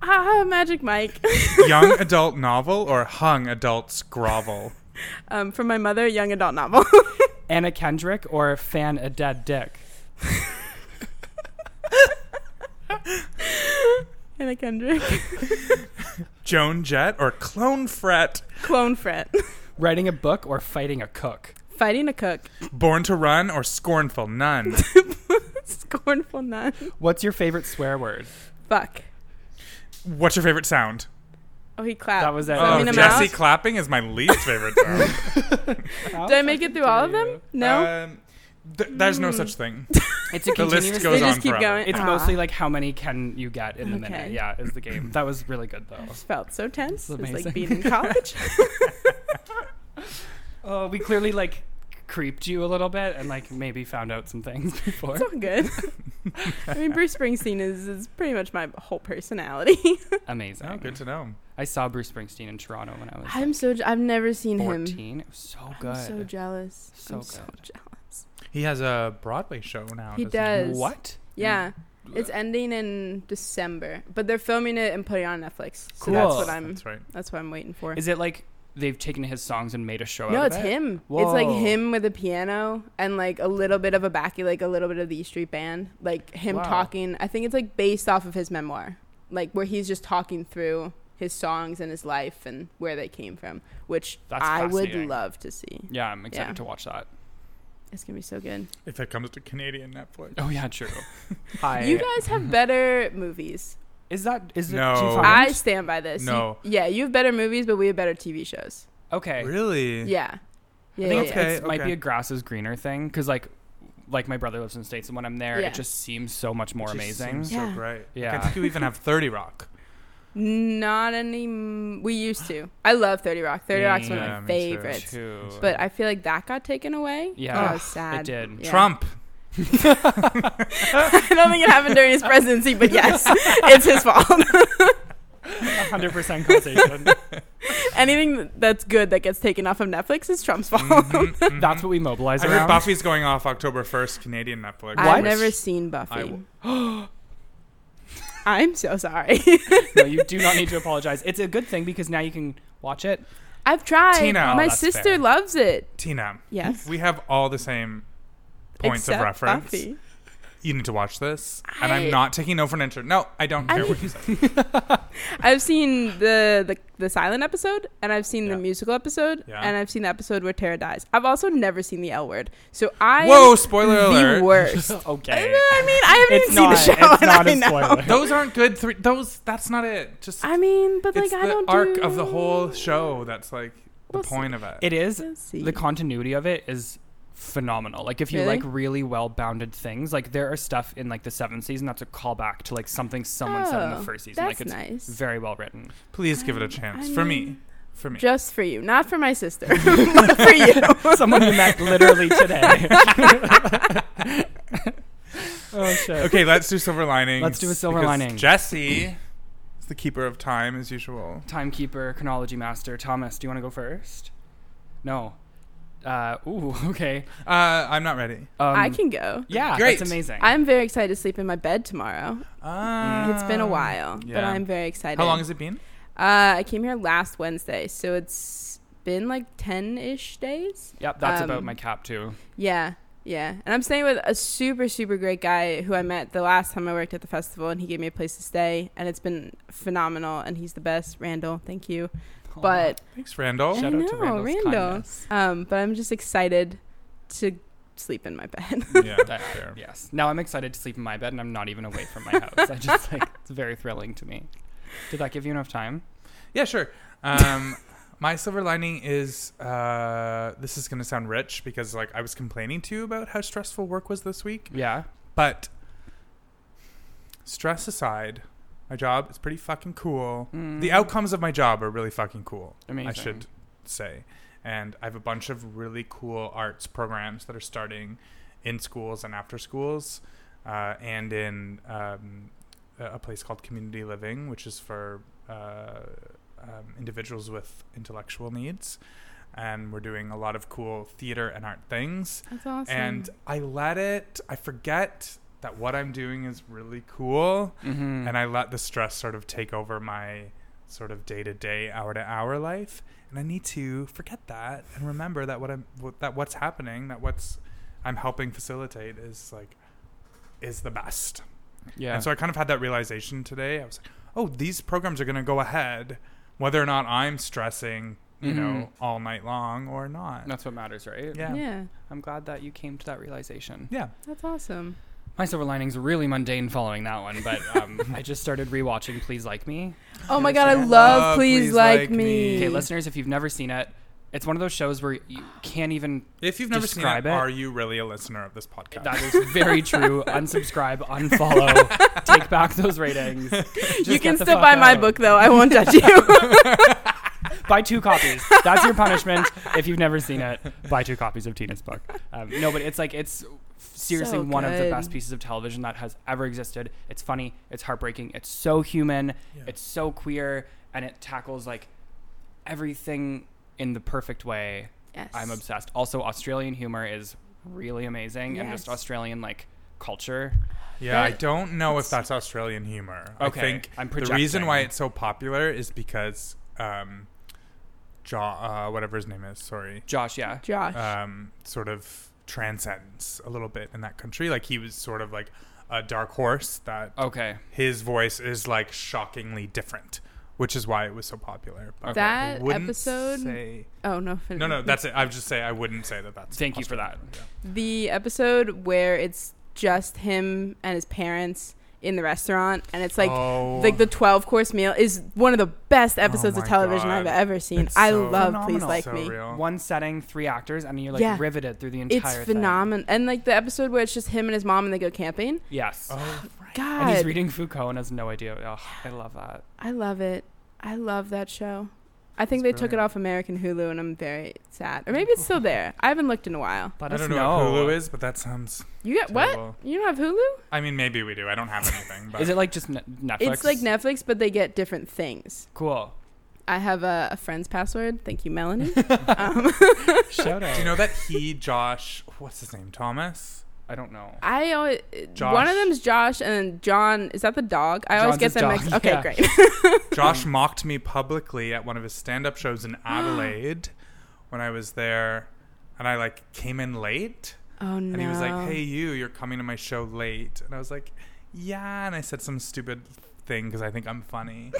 Speaker 4: Ah, Magic Mike.
Speaker 2: [LAUGHS]
Speaker 4: [LAUGHS]
Speaker 2: Young adult novel or hung adults grovel?
Speaker 4: um, from my mother, young adult novel. [LAUGHS]
Speaker 3: Anna Kendrick or Fan a Dead Dick.
Speaker 4: Anna Kendrick. [LAUGHS]
Speaker 2: Joan Jett or Clone Fret?
Speaker 4: Clone Fret.
Speaker 3: Writing a book or fighting a cook.
Speaker 4: Fighting a cook. [LAUGHS]
Speaker 2: Born to Run or Scornful Nun?
Speaker 4: Scornful nun.
Speaker 3: What's your favorite swear word?
Speaker 4: Fuck.
Speaker 2: What's your favorite sound?
Speaker 4: Oh, he clapped.
Speaker 3: That was it.
Speaker 4: Does
Speaker 3: Oh,
Speaker 2: Oh,
Speaker 4: mean I'm
Speaker 2: Jesse
Speaker 4: out?
Speaker 2: clapping is my least
Speaker 4: [LAUGHS]
Speaker 2: favorite sound.
Speaker 4: Did I make it through all of them? No.
Speaker 2: Um, th- there's no such thing.
Speaker 3: It's a
Speaker 2: The list
Speaker 3: continuous
Speaker 2: goes
Speaker 4: They
Speaker 2: on
Speaker 4: just keep
Speaker 2: forever.
Speaker 4: going.
Speaker 3: It's
Speaker 4: Ah.
Speaker 3: mostly like how many can you get in the minute?
Speaker 4: Okay.
Speaker 3: Yeah, is the game. That was really good though.
Speaker 4: Just felt so tense. It
Speaker 3: That's
Speaker 4: was
Speaker 3: amazing.
Speaker 4: like being
Speaker 3: [LAUGHS]
Speaker 4: in college. [LAUGHS]
Speaker 3: Oh, we clearly like creeped you a little bit and like maybe found out some things [LAUGHS] before.
Speaker 4: [LAUGHS] it's all good. I mean, Bruce Springsteen is, is pretty much my whole personality.
Speaker 3: Amazing.
Speaker 2: Oh, good to know.
Speaker 3: I saw Bruce Springsteen in Toronto when I was
Speaker 4: [LAUGHS] I'm so. j- I've never seen him.
Speaker 3: 14. It was so Oh, good.
Speaker 4: I'm so jealous.
Speaker 3: So
Speaker 4: I'm so
Speaker 3: good.
Speaker 4: jealous.
Speaker 2: He has a Broadway show now.
Speaker 4: He
Speaker 2: doesn't
Speaker 4: does.
Speaker 3: what?
Speaker 4: Yeah.
Speaker 3: Mm.
Speaker 4: It's ending in December, but they're filming it and putting it on Netflix. So
Speaker 3: Cool.
Speaker 4: that's what
Speaker 2: he?
Speaker 4: I'm.
Speaker 2: That's right.
Speaker 4: That's what I'm waiting for.
Speaker 3: Mm. Is it like they've taken his songs and made a show
Speaker 4: no,
Speaker 3: out of
Speaker 4: it's
Speaker 3: it?
Speaker 4: him. It's like
Speaker 3: Whoa.
Speaker 4: him with a piano and like a little bit of a backy, like a little bit of the E Street Band, like him
Speaker 3: Wow.
Speaker 4: talking. I think it's like based off of his memoir, like where he's just talking through his songs and his life and where they came from, which
Speaker 3: That's
Speaker 4: I would
Speaker 3: fascinating.
Speaker 4: love to see.
Speaker 3: Yeah, I'm excited
Speaker 4: Yeah.
Speaker 3: to watch that.
Speaker 4: It's gonna be so good.
Speaker 2: If it comes to Canadian Netflix.
Speaker 3: Oh yeah, true. Hi.
Speaker 4: [LAUGHS] You guys have better movies.
Speaker 3: is that is
Speaker 2: No.
Speaker 3: it? do you find-
Speaker 4: I stand by this. You-
Speaker 2: No.
Speaker 4: yeah, you have better movies, but we have better TV shows.
Speaker 3: okay.
Speaker 2: Really?
Speaker 4: Yeah. Yeah.
Speaker 3: I think
Speaker 4: yeah,
Speaker 3: it's,
Speaker 4: yeah.
Speaker 2: Okay,
Speaker 3: it's- might
Speaker 2: okay.
Speaker 3: be a grass is greener thing because like like my brother lives in the states and when I'm there
Speaker 4: Yeah.
Speaker 3: it just seems so much more
Speaker 2: It just
Speaker 3: amazing.
Speaker 2: seems
Speaker 4: Yeah.
Speaker 2: So great.
Speaker 3: Yeah.
Speaker 2: I think you even have 30 Rock.
Speaker 4: Not any. We used to. I love Thirty Rock. Thirty Rock's one
Speaker 2: Yeah,
Speaker 4: of
Speaker 2: me too.
Speaker 4: my favorites.
Speaker 3: Too. [LAUGHS]
Speaker 4: But I feel like that got taken away.
Speaker 3: Yeah.
Speaker 4: and I
Speaker 3: Ugh,
Speaker 4: was sad.
Speaker 3: it did.
Speaker 4: Yeah.
Speaker 2: Trump.
Speaker 4: [LAUGHS]
Speaker 2: Mm-hmm.
Speaker 4: I don't think it happened during his presidency, but
Speaker 2: [LAUGHS]
Speaker 4: yes, it's his fault. [LAUGHS]
Speaker 3: 100% causation.
Speaker 4: Anything that's good that gets taken off of Netflix is Trump's fault.
Speaker 2: Mm-hmm.
Speaker 4: [LAUGHS]
Speaker 3: That's what we mobilize
Speaker 2: I
Speaker 3: around.
Speaker 2: heard Buffy's going off October 1st, Canadian Netflix.
Speaker 4: I've never seen
Speaker 2: I
Speaker 4: Buffy.
Speaker 2: w-
Speaker 4: [GASPS] I'm
Speaker 2: [LAUGHS]
Speaker 4: so sorry.
Speaker 3: [LAUGHS] no, you do not need to apologize. It's a good thing because now you can watch it. [LAUGHS]
Speaker 4: I've tried.
Speaker 2: Tina.
Speaker 4: My
Speaker 2: Oh,
Speaker 3: that's
Speaker 4: sister
Speaker 3: fair.
Speaker 4: loves it.
Speaker 2: Tina,
Speaker 4: Yes.
Speaker 2: we have all the same points
Speaker 4: Except
Speaker 2: of reference.
Speaker 4: Buffy.
Speaker 2: You need to watch this. and I'm
Speaker 4: I-
Speaker 2: not taking no for an answer. No, I don't
Speaker 4: I
Speaker 2: care
Speaker 4: mean-
Speaker 2: what you say.
Speaker 4: I've seen the, the the silent episode, and I've seen
Speaker 2: Yeah.
Speaker 4: the musical episode,
Speaker 2: Yeah.
Speaker 4: and I've seen the episode where Tara dies. I've also never seen the L word, so I
Speaker 2: Whoa,
Speaker 4: am
Speaker 2: spoiler
Speaker 4: the
Speaker 2: alert.
Speaker 4: worst. I
Speaker 3: okay.
Speaker 4: mean, I haven't
Speaker 3: It's
Speaker 4: even
Speaker 3: not,
Speaker 4: seen the show,
Speaker 3: it's
Speaker 4: and
Speaker 3: not
Speaker 4: I
Speaker 3: a
Speaker 4: know.
Speaker 3: spoiler.
Speaker 2: Those aren't good three. Those, that's not it. Just,
Speaker 4: [LAUGHS] I mean, but like
Speaker 2: it's
Speaker 4: I
Speaker 2: the
Speaker 4: don't
Speaker 2: arc
Speaker 4: do-
Speaker 2: of the whole show that's like the
Speaker 4: We'll see.
Speaker 2: point of it.
Speaker 3: It is
Speaker 4: We'll see.
Speaker 3: the continuity of it is phenomenal. Like if you
Speaker 4: Really?
Speaker 3: like really well bounded things, like there are stuff in like the seventh season that's a callback to like something someone said in
Speaker 4: Oh,
Speaker 3: the first season. Like
Speaker 4: that's
Speaker 3: it's
Speaker 4: nice.
Speaker 3: very well written.
Speaker 2: Please give it a chance. For me. For me.
Speaker 4: Just for you, not for
Speaker 3: [LAUGHS]
Speaker 4: my sister, [LAUGHS] but for you.
Speaker 3: Someone you met literally today. oh shit. Oh,
Speaker 2: Okay, let's do silver linings.
Speaker 3: Let's do a silver
Speaker 2: because
Speaker 3: lining.
Speaker 2: Jesse is the keeper of time as usual.
Speaker 3: Timekeeper, chronology master. Thomas, do you want to go first? No. Uh, ooh, [LAUGHS] okay.
Speaker 2: Uh, I'm not ready.
Speaker 3: Um,
Speaker 4: I can go.
Speaker 3: Yeah,
Speaker 2: Great.
Speaker 3: that's amazing.
Speaker 4: I'm very excited to sleep in my bed tomorrow.
Speaker 2: Uh,
Speaker 4: it's
Speaker 3: Mm,
Speaker 4: been a while, but
Speaker 2: yeah.
Speaker 4: I'm very excited.
Speaker 2: How long has it been?
Speaker 4: Uh, I came here last Wednesday, so it's been like 10 ish days.
Speaker 3: yep, that's
Speaker 4: um,
Speaker 3: about my cap too.
Speaker 4: Yeah, yeah. And I'm staying with a super, super great guy who I met the last time I worked at the festival, and he gave me a place to stay, and it's been phenomenal, and he's the best. Randall, thank you. But,
Speaker 2: Thanks,
Speaker 3: [LAUGHS]
Speaker 2: Randall.
Speaker 3: shout out
Speaker 4: I
Speaker 3: to
Speaker 4: know,
Speaker 3: Randall's
Speaker 4: Randall.
Speaker 3: kindness.
Speaker 4: um, but I'm just excited to sleep in my bed.
Speaker 2: yeah,
Speaker 3: That-
Speaker 2: fair.
Speaker 3: Yes. Now I'm excited to sleep in my bed, and I'm not even away from my house. I just like it's very thrilling to me. Did that give you enough time?
Speaker 2: Yeah, sure. Um, [LAUGHS] my silver lining is uh, this is going to sound rich because like I was complaining to you about how stressful work was this week,
Speaker 3: Yeah.
Speaker 2: but stress aside, my job is pretty fucking cool. The outcomes of my job are really fucking cool. I
Speaker 3: Mm, Amazing.
Speaker 2: should say, and I have a bunch of really cool arts programs that are starting in schools and after schools, uh, and in um, a a place called community living, which is for uh, um, individuals with intellectual needs. And we're doing a lot of cool theater and art things.
Speaker 4: [LAUGHS] That's awesome.
Speaker 2: And I let it, I forget that what I'm doing is really cool.
Speaker 3: Mm-hmm.
Speaker 2: And I let the stress sort of take over my sort of day to day, hour to hour life. And I need to forget that and remember that what I'm, what- that what's happening, that what's I'm helping facilitate is like, is the best.
Speaker 3: yeah.
Speaker 2: And so I kind of had that realization today. I was like, oh, these programs are going to go ahead whether or not I'm stressing, you know,
Speaker 3: Mm-hmm.
Speaker 2: all night long or not.
Speaker 3: that's what matters, right?
Speaker 2: Yeah.
Speaker 4: yeah,
Speaker 3: I'm glad that you came to that realization.
Speaker 2: Yeah.
Speaker 4: that's awesome.
Speaker 3: My silver lining's really mundane following that one, but um, I just started rewatching Please Like Me.
Speaker 4: Oh my god, I love,
Speaker 2: Uh,
Speaker 4: Please, Like, Me.
Speaker 3: Okay, listeners, if you've never seen it, it's one of those shows where you can't even.
Speaker 2: If you've never
Speaker 3: Describe
Speaker 2: seen
Speaker 3: it.
Speaker 2: it, are you really a listener of this podcast?
Speaker 3: That is very true. Unsubscribe, unfollow, take back those ratings. Just
Speaker 4: you
Speaker 3: get
Speaker 4: can
Speaker 3: the
Speaker 4: still
Speaker 3: fuck
Speaker 4: buy my
Speaker 3: out.
Speaker 4: book though. I
Speaker 2: [LAUGHS]
Speaker 4: won't judge you.
Speaker 3: Buy two copies. That's your punishment if you've never seen it. Buy two copies of Tina's book. Um, no, but it's like it's seriously
Speaker 4: So
Speaker 3: one of the
Speaker 4: good.
Speaker 3: best pieces of television that has ever existed. It's funny. It's heartbreaking. It's so human.
Speaker 2: Yeah.
Speaker 3: It's so queer, and it tackles like everything in the perfect way.
Speaker 4: yes. [LAUGHS]
Speaker 3: I'm obsessed. Also, Australian humor is really amazing, and just
Speaker 4: Yes.
Speaker 3: Australian like culture.
Speaker 2: yeah, I
Speaker 4: That-
Speaker 2: don't know if that's Australian humor.
Speaker 3: Okay,
Speaker 2: I think
Speaker 3: I'm
Speaker 2: the reason why
Speaker 3: projecting.
Speaker 2: it's so popular is because um, Jaw, uh, whatever his name is, sorry,
Speaker 3: Josh, yeah,
Speaker 4: Josh.
Speaker 2: um, sort of transcends a little bit in that country. Like he was sort of like a dark horse that
Speaker 3: okay,
Speaker 2: his voice is like shockingly different, which is why it was so popular. But
Speaker 3: Okay.
Speaker 2: I
Speaker 4: That
Speaker 2: wouldn't
Speaker 4: episode.
Speaker 2: say-
Speaker 4: oh no.
Speaker 2: no, no, that's it. I would just say I wouldn't say that. That's
Speaker 3: Thank you for that.
Speaker 2: Australian.
Speaker 4: the episode where it's just him and his parents in the restaurant, and it's like
Speaker 2: Oh.
Speaker 4: like the twelve course meal is one of the best episodes
Speaker 2: my
Speaker 4: of television
Speaker 2: God.
Speaker 4: I've ever seen.
Speaker 2: It's
Speaker 4: I
Speaker 2: so
Speaker 4: love Please
Speaker 3: phenomenal.
Speaker 4: Like
Speaker 2: so
Speaker 4: Me.
Speaker 2: real.
Speaker 3: one setting, three actors, and you're like
Speaker 4: Yeah.
Speaker 3: riveted through the entire.
Speaker 4: It's
Speaker 3: thing.
Speaker 4: phenomenal, and like the episode where it's just him and his mom, and they go camping.
Speaker 3: Yes.
Speaker 2: Oh,
Speaker 3: And he's
Speaker 4: God,
Speaker 3: reading Foucault and has no idea. Oh, I love that.
Speaker 4: I love it. I love that show. I think
Speaker 2: It's
Speaker 4: they took it
Speaker 2: brilliant.
Speaker 4: off American Hulu, and I'm very sad. Or maybe it's still there. I haven't looked in a while.
Speaker 3: Let
Speaker 2: I
Speaker 3: us
Speaker 2: don't know, what Hulu is, but that sounds.
Speaker 4: You got what?
Speaker 2: terrible.
Speaker 4: You don't have Hulu?
Speaker 2: I mean, maybe we do. I don't have anything. But
Speaker 3: Is it like just ne- Netflix?
Speaker 4: It's like Netflix, but they get different things.
Speaker 3: Cool.
Speaker 4: I have a, a friend's password. Thank you, Melanie. Um,
Speaker 3: Shout out.
Speaker 2: do you know that he, Josh, what's his name, Thomas?
Speaker 3: I don't know.
Speaker 4: [LAUGHS] I always
Speaker 2: Josh.
Speaker 4: one of them's Josh and John. Is that the dog? I
Speaker 3: John's
Speaker 4: always get
Speaker 3: his
Speaker 4: them
Speaker 3: dog,
Speaker 4: mixed. Okay,
Speaker 3: yeah.
Speaker 4: great. [LAUGHS]
Speaker 2: Josh mocked me publicly at one of his stand-up shows in Adelaide when I was there, and I like came in late,
Speaker 4: Oh no.
Speaker 2: and he was like, "Hey, you, you're coming to my show late," and I was like, "Yeah," and I said some stupid thing because I think I'm
Speaker 4: [LAUGHS]
Speaker 2: funny.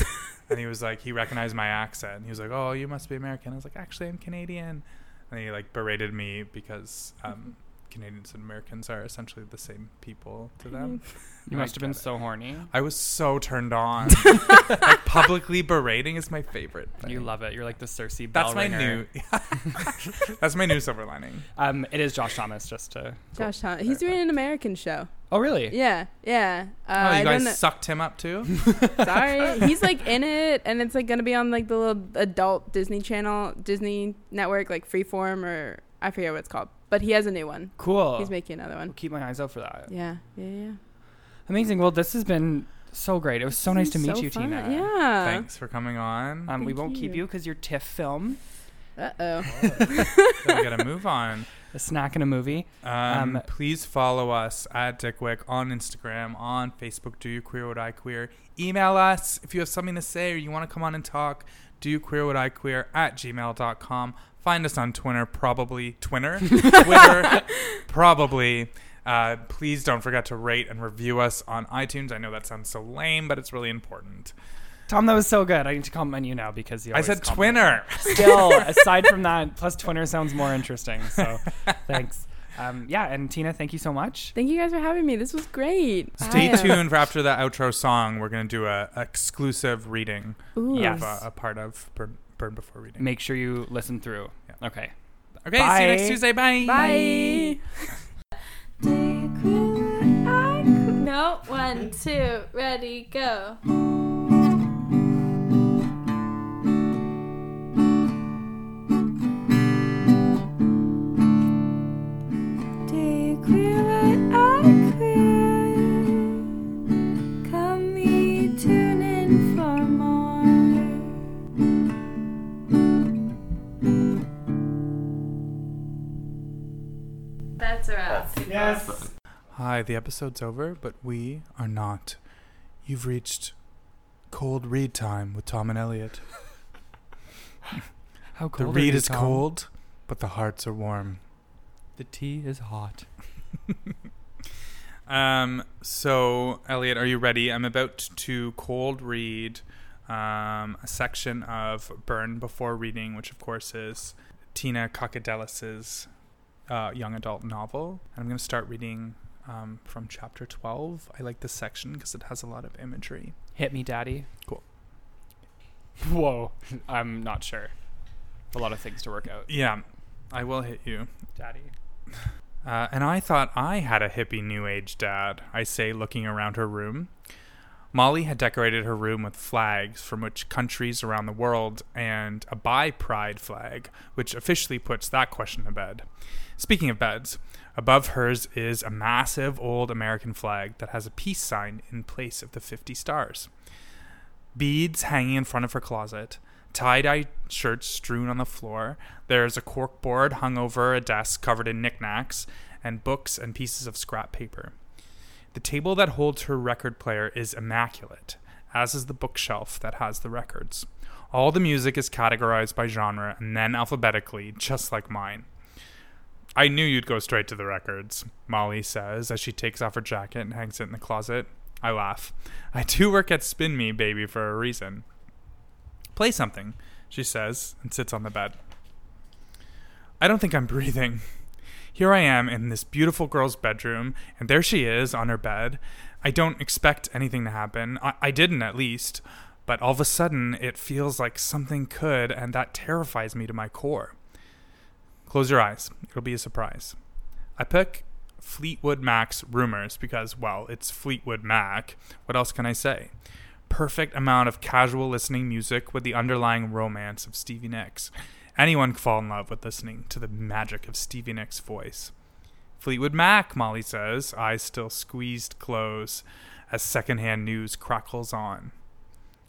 Speaker 2: and he was like, he recognized my accent. And he was like, "Oh, you must be American." I was like, "Actually, I'm Canadian." And he like berated me because um,
Speaker 4: [LAUGHS]
Speaker 2: Canadians and Americans are essentially the same people to them.
Speaker 3: You
Speaker 2: I
Speaker 3: must have been
Speaker 2: get it.
Speaker 3: so horny.
Speaker 2: I was so turned
Speaker 4: [LAUGHS]
Speaker 2: on. like, publicly berating is my favorite. Thing.
Speaker 3: You love it. You're like the Cersei. Bell
Speaker 2: That's my
Speaker 3: ringer.
Speaker 2: new. [LAUGHS] that's my new silver lining.
Speaker 3: Um, it is Josh Thomas. Just to.
Speaker 4: Josh Thomas. He's doing an American show.
Speaker 3: Oh really?
Speaker 4: Yeah, yeah. Uh,
Speaker 2: oh,
Speaker 4: I Uh-huh.
Speaker 2: you
Speaker 4: don't
Speaker 2: guys
Speaker 4: know-
Speaker 2: sucked him up too.
Speaker 4: sorry. He's like in it, and it's like gonna be on like the little adult Disney Channel, Disney Network, like Freeform or I forget what it's called. But he has a new one.
Speaker 3: Cool.
Speaker 4: He's making another one.
Speaker 3: Keep my eyes out for that.
Speaker 4: Yeah, yeah, yeah.
Speaker 3: Amazing. Well, this has been so great. It was so nice to meet you, Tina.
Speaker 4: Yeah.
Speaker 2: Thanks for coming on.
Speaker 3: Um, we
Speaker 4: Thank
Speaker 3: won't keep
Speaker 4: you.
Speaker 3: you because your TIFF film,
Speaker 4: Uh oh.
Speaker 2: So we gotta move on.
Speaker 3: a snack and a movie.
Speaker 2: [LAUGHS] Um,
Speaker 3: Um,
Speaker 2: please follow us at Dickwick on Instagram, on Facebook. Do you queer what I queer? Email us if you have something to say or you want to come on and talk. Do you queer what I queer at gmail.com. Find us on Twitter, probably [LAUGHS] Twitter, Twitter, probably. Uh, please don't forget to rate and review us on iTunes. I know that sounds so lame, but it's really important.
Speaker 3: Tom, that was so good. I need to compliment you now because you.
Speaker 2: I
Speaker 3: always
Speaker 2: said
Speaker 3: compliment
Speaker 2: Twitter.
Speaker 3: still aside from that plus twitter sounds more interesting so thanks um, yeah and tina thank you so much
Speaker 4: Thank you guys for having me. This was great.
Speaker 2: Stay
Speaker 4: I, uh,
Speaker 2: tuned for after the outro song. We're going to do a a exclusive reading
Speaker 4: Ooh.
Speaker 3: Yeah.
Speaker 2: of uh,
Speaker 3: Yes.
Speaker 2: a part of Burn, Burn Before Reading.
Speaker 3: make sure you listen through
Speaker 2: Yeah.
Speaker 3: okay
Speaker 2: Okay, see you
Speaker 3: Bye.
Speaker 2: next Tuesday. Bye.
Speaker 4: Bye.
Speaker 5: Do you queer what I queer? No, one, two, ready, go. Do you queer what I queer? Come me tune in for more. That's a wrap.
Speaker 3: yes
Speaker 2: Hi, the episode's over, but we are not. You've reached cold read time with Tom and Elliot.
Speaker 3: how
Speaker 2: The
Speaker 3: cold are
Speaker 2: read
Speaker 3: you,
Speaker 2: is
Speaker 3: Tom?
Speaker 2: cold, but the hearts are warm.
Speaker 3: the tea is hot
Speaker 2: Um. So, Elliot, are you ready? I'm about to cold read um, a section of Burn Before Reading, which, of course, is Tina Kakadelis's uh, young adult novel. And I'm going to start reading um, from chapter 12. I like this section because it has a lot of imagery.
Speaker 3: hit me daddy
Speaker 2: Cool.
Speaker 3: [LAUGHS] whoa i'm not sure a lot of things to work out
Speaker 2: Yeah, I will hit you.
Speaker 3: daddy
Speaker 2: Uh, and I thought I had a hippie new age dad, I say, looking around her room. Molly had decorated her room with flags from which countries around the world and a bi pride flag, which officially puts that question to bed. Speaking of beds, above hers is a massive old American flag that has a peace sign in place of the 50 stars. Beads hanging in front of her closet, tie dye shirts strewn on the floor. There's a cork board hung over a desk covered in knickknacks and books and pieces of scrap paper. The table that holds her record player is immaculate, as is the bookshelf that has the records. All the music is categorized by genre and then alphabetically, just like mine. I knew you'd go straight to the records, Molly says as she takes off her jacket and hangs it in the closet. I laugh. I do work at Spin Me, baby, for a reason. Play something, she says and sits on the bed. I don't think I'm breathing. Here I am in this beautiful girl's bedroom, and there she is on her bed. I don't expect anything to happen. I, I didn't, at least. But all of a sudden, it feels like something could, and that terrifies me to my core. Close your eyes. It'll be a surprise. I pick Fleetwood Mac's rumors because, well, it's Fleetwood Mac. What else can I say? Perfect amount of casual listening music with the underlying romance of Stevie Nicks. Anyone could fall in love with listening to the magic of Stevie Nicks' voice. Fleetwood Mac, Molly says, eyes still squeezed close as secondhand news crackles on.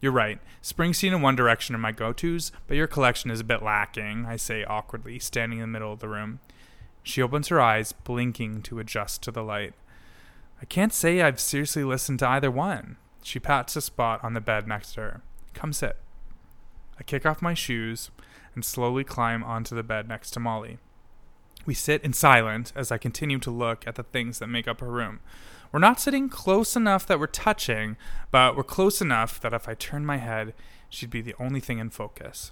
Speaker 2: You're right. Springsteen and One Direction are my go tos, but your collection is a bit lacking, I say awkwardly, standing in the middle of the room. She opens her eyes, blinking to adjust to the light. I can't say I've seriously listened to either one. She pats a spot on the bed next to her. Come sit. I kick off my shoes and slowly climb onto the bed next to Molly. We sit in silence as I continue to look at the things that make up her room. We're not sitting close enough that we're touching, but we're close enough that if I turn my head, she'd be the only thing in focus.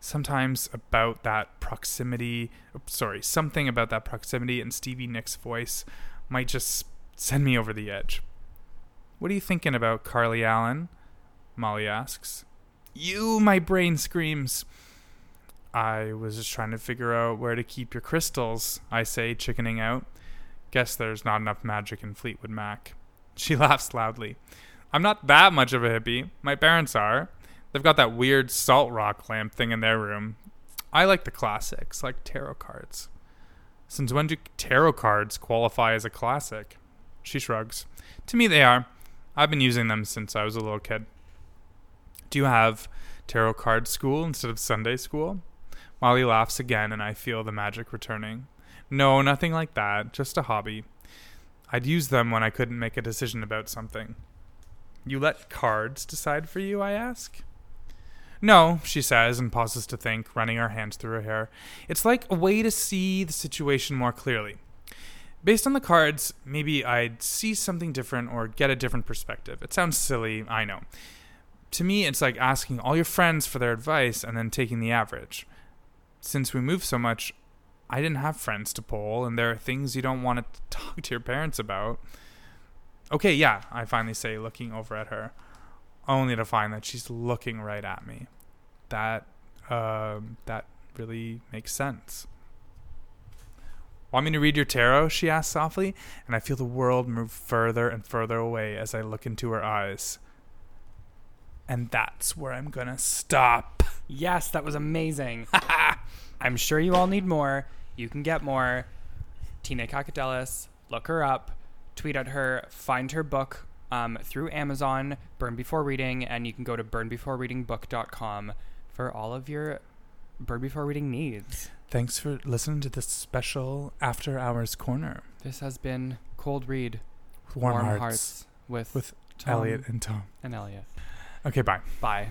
Speaker 2: Sometimes about that proximity, sorry, something about that proximity and Stevie Nicks' voice might just send me over the edge. What are you thinking about, Carly Allen? Molly asks. You, my brain screams. I was just trying to figure out where to keep your crystals, I say, chickening out. Guess there's not enough magic in Fleetwood Mac. She [LAUGHS] laughs loudly. I'm not that much of a hippie. My parents are. They've got that weird salt rock lamp thing in their room. I like the classics, like tarot cards. Since when do tarot cards qualify as a classic? She shrugs. To me, they are. I've been using them since I was a little kid. Do you have tarot card school instead of Sunday school? Molly laughs again, and I feel the magic returning. No, nothing like that, just a hobby. I'd use them when I couldn't make a decision about something. You let cards decide for you, I ask? No, she says and pauses to think, running her hands through her hair. It's like a way to see the situation more clearly. Based on the cards, maybe I'd see something different or get a different perspective. It sounds silly, I know. To me, it's like asking all your friends for their advice and then taking the average. Since we moved so much, I didn't have friends to poll, and there are things you don't want to talk to your parents about. Okay, yeah, I finally say, looking over at her, only to find that she's looking right at me. That, um, that really makes sense. Want me to read your tarot? She asks softly, and I feel the world move further and further away as I look into her eyes. And that's where I'm gonna stop.
Speaker 3: Yes, that was
Speaker 2: [LAUGHS]
Speaker 3: amazing. I'm sure you all need more. You can get more. Tina Kakatellis, look her up, tweet at her, find her book um, through Amazon, Burn Before Reading, and you can go to burnbeforereadingbook.com for all of your Burn Before Reading needs.
Speaker 2: Thanks for listening to this special After Hours Corner.
Speaker 3: This has been Cold Read
Speaker 2: Warm,
Speaker 3: Warm
Speaker 2: hearts,
Speaker 3: with,
Speaker 2: with
Speaker 3: Tom
Speaker 2: Elliot and Tom.
Speaker 3: and Elliot.
Speaker 2: Okay, bye.
Speaker 3: Bye.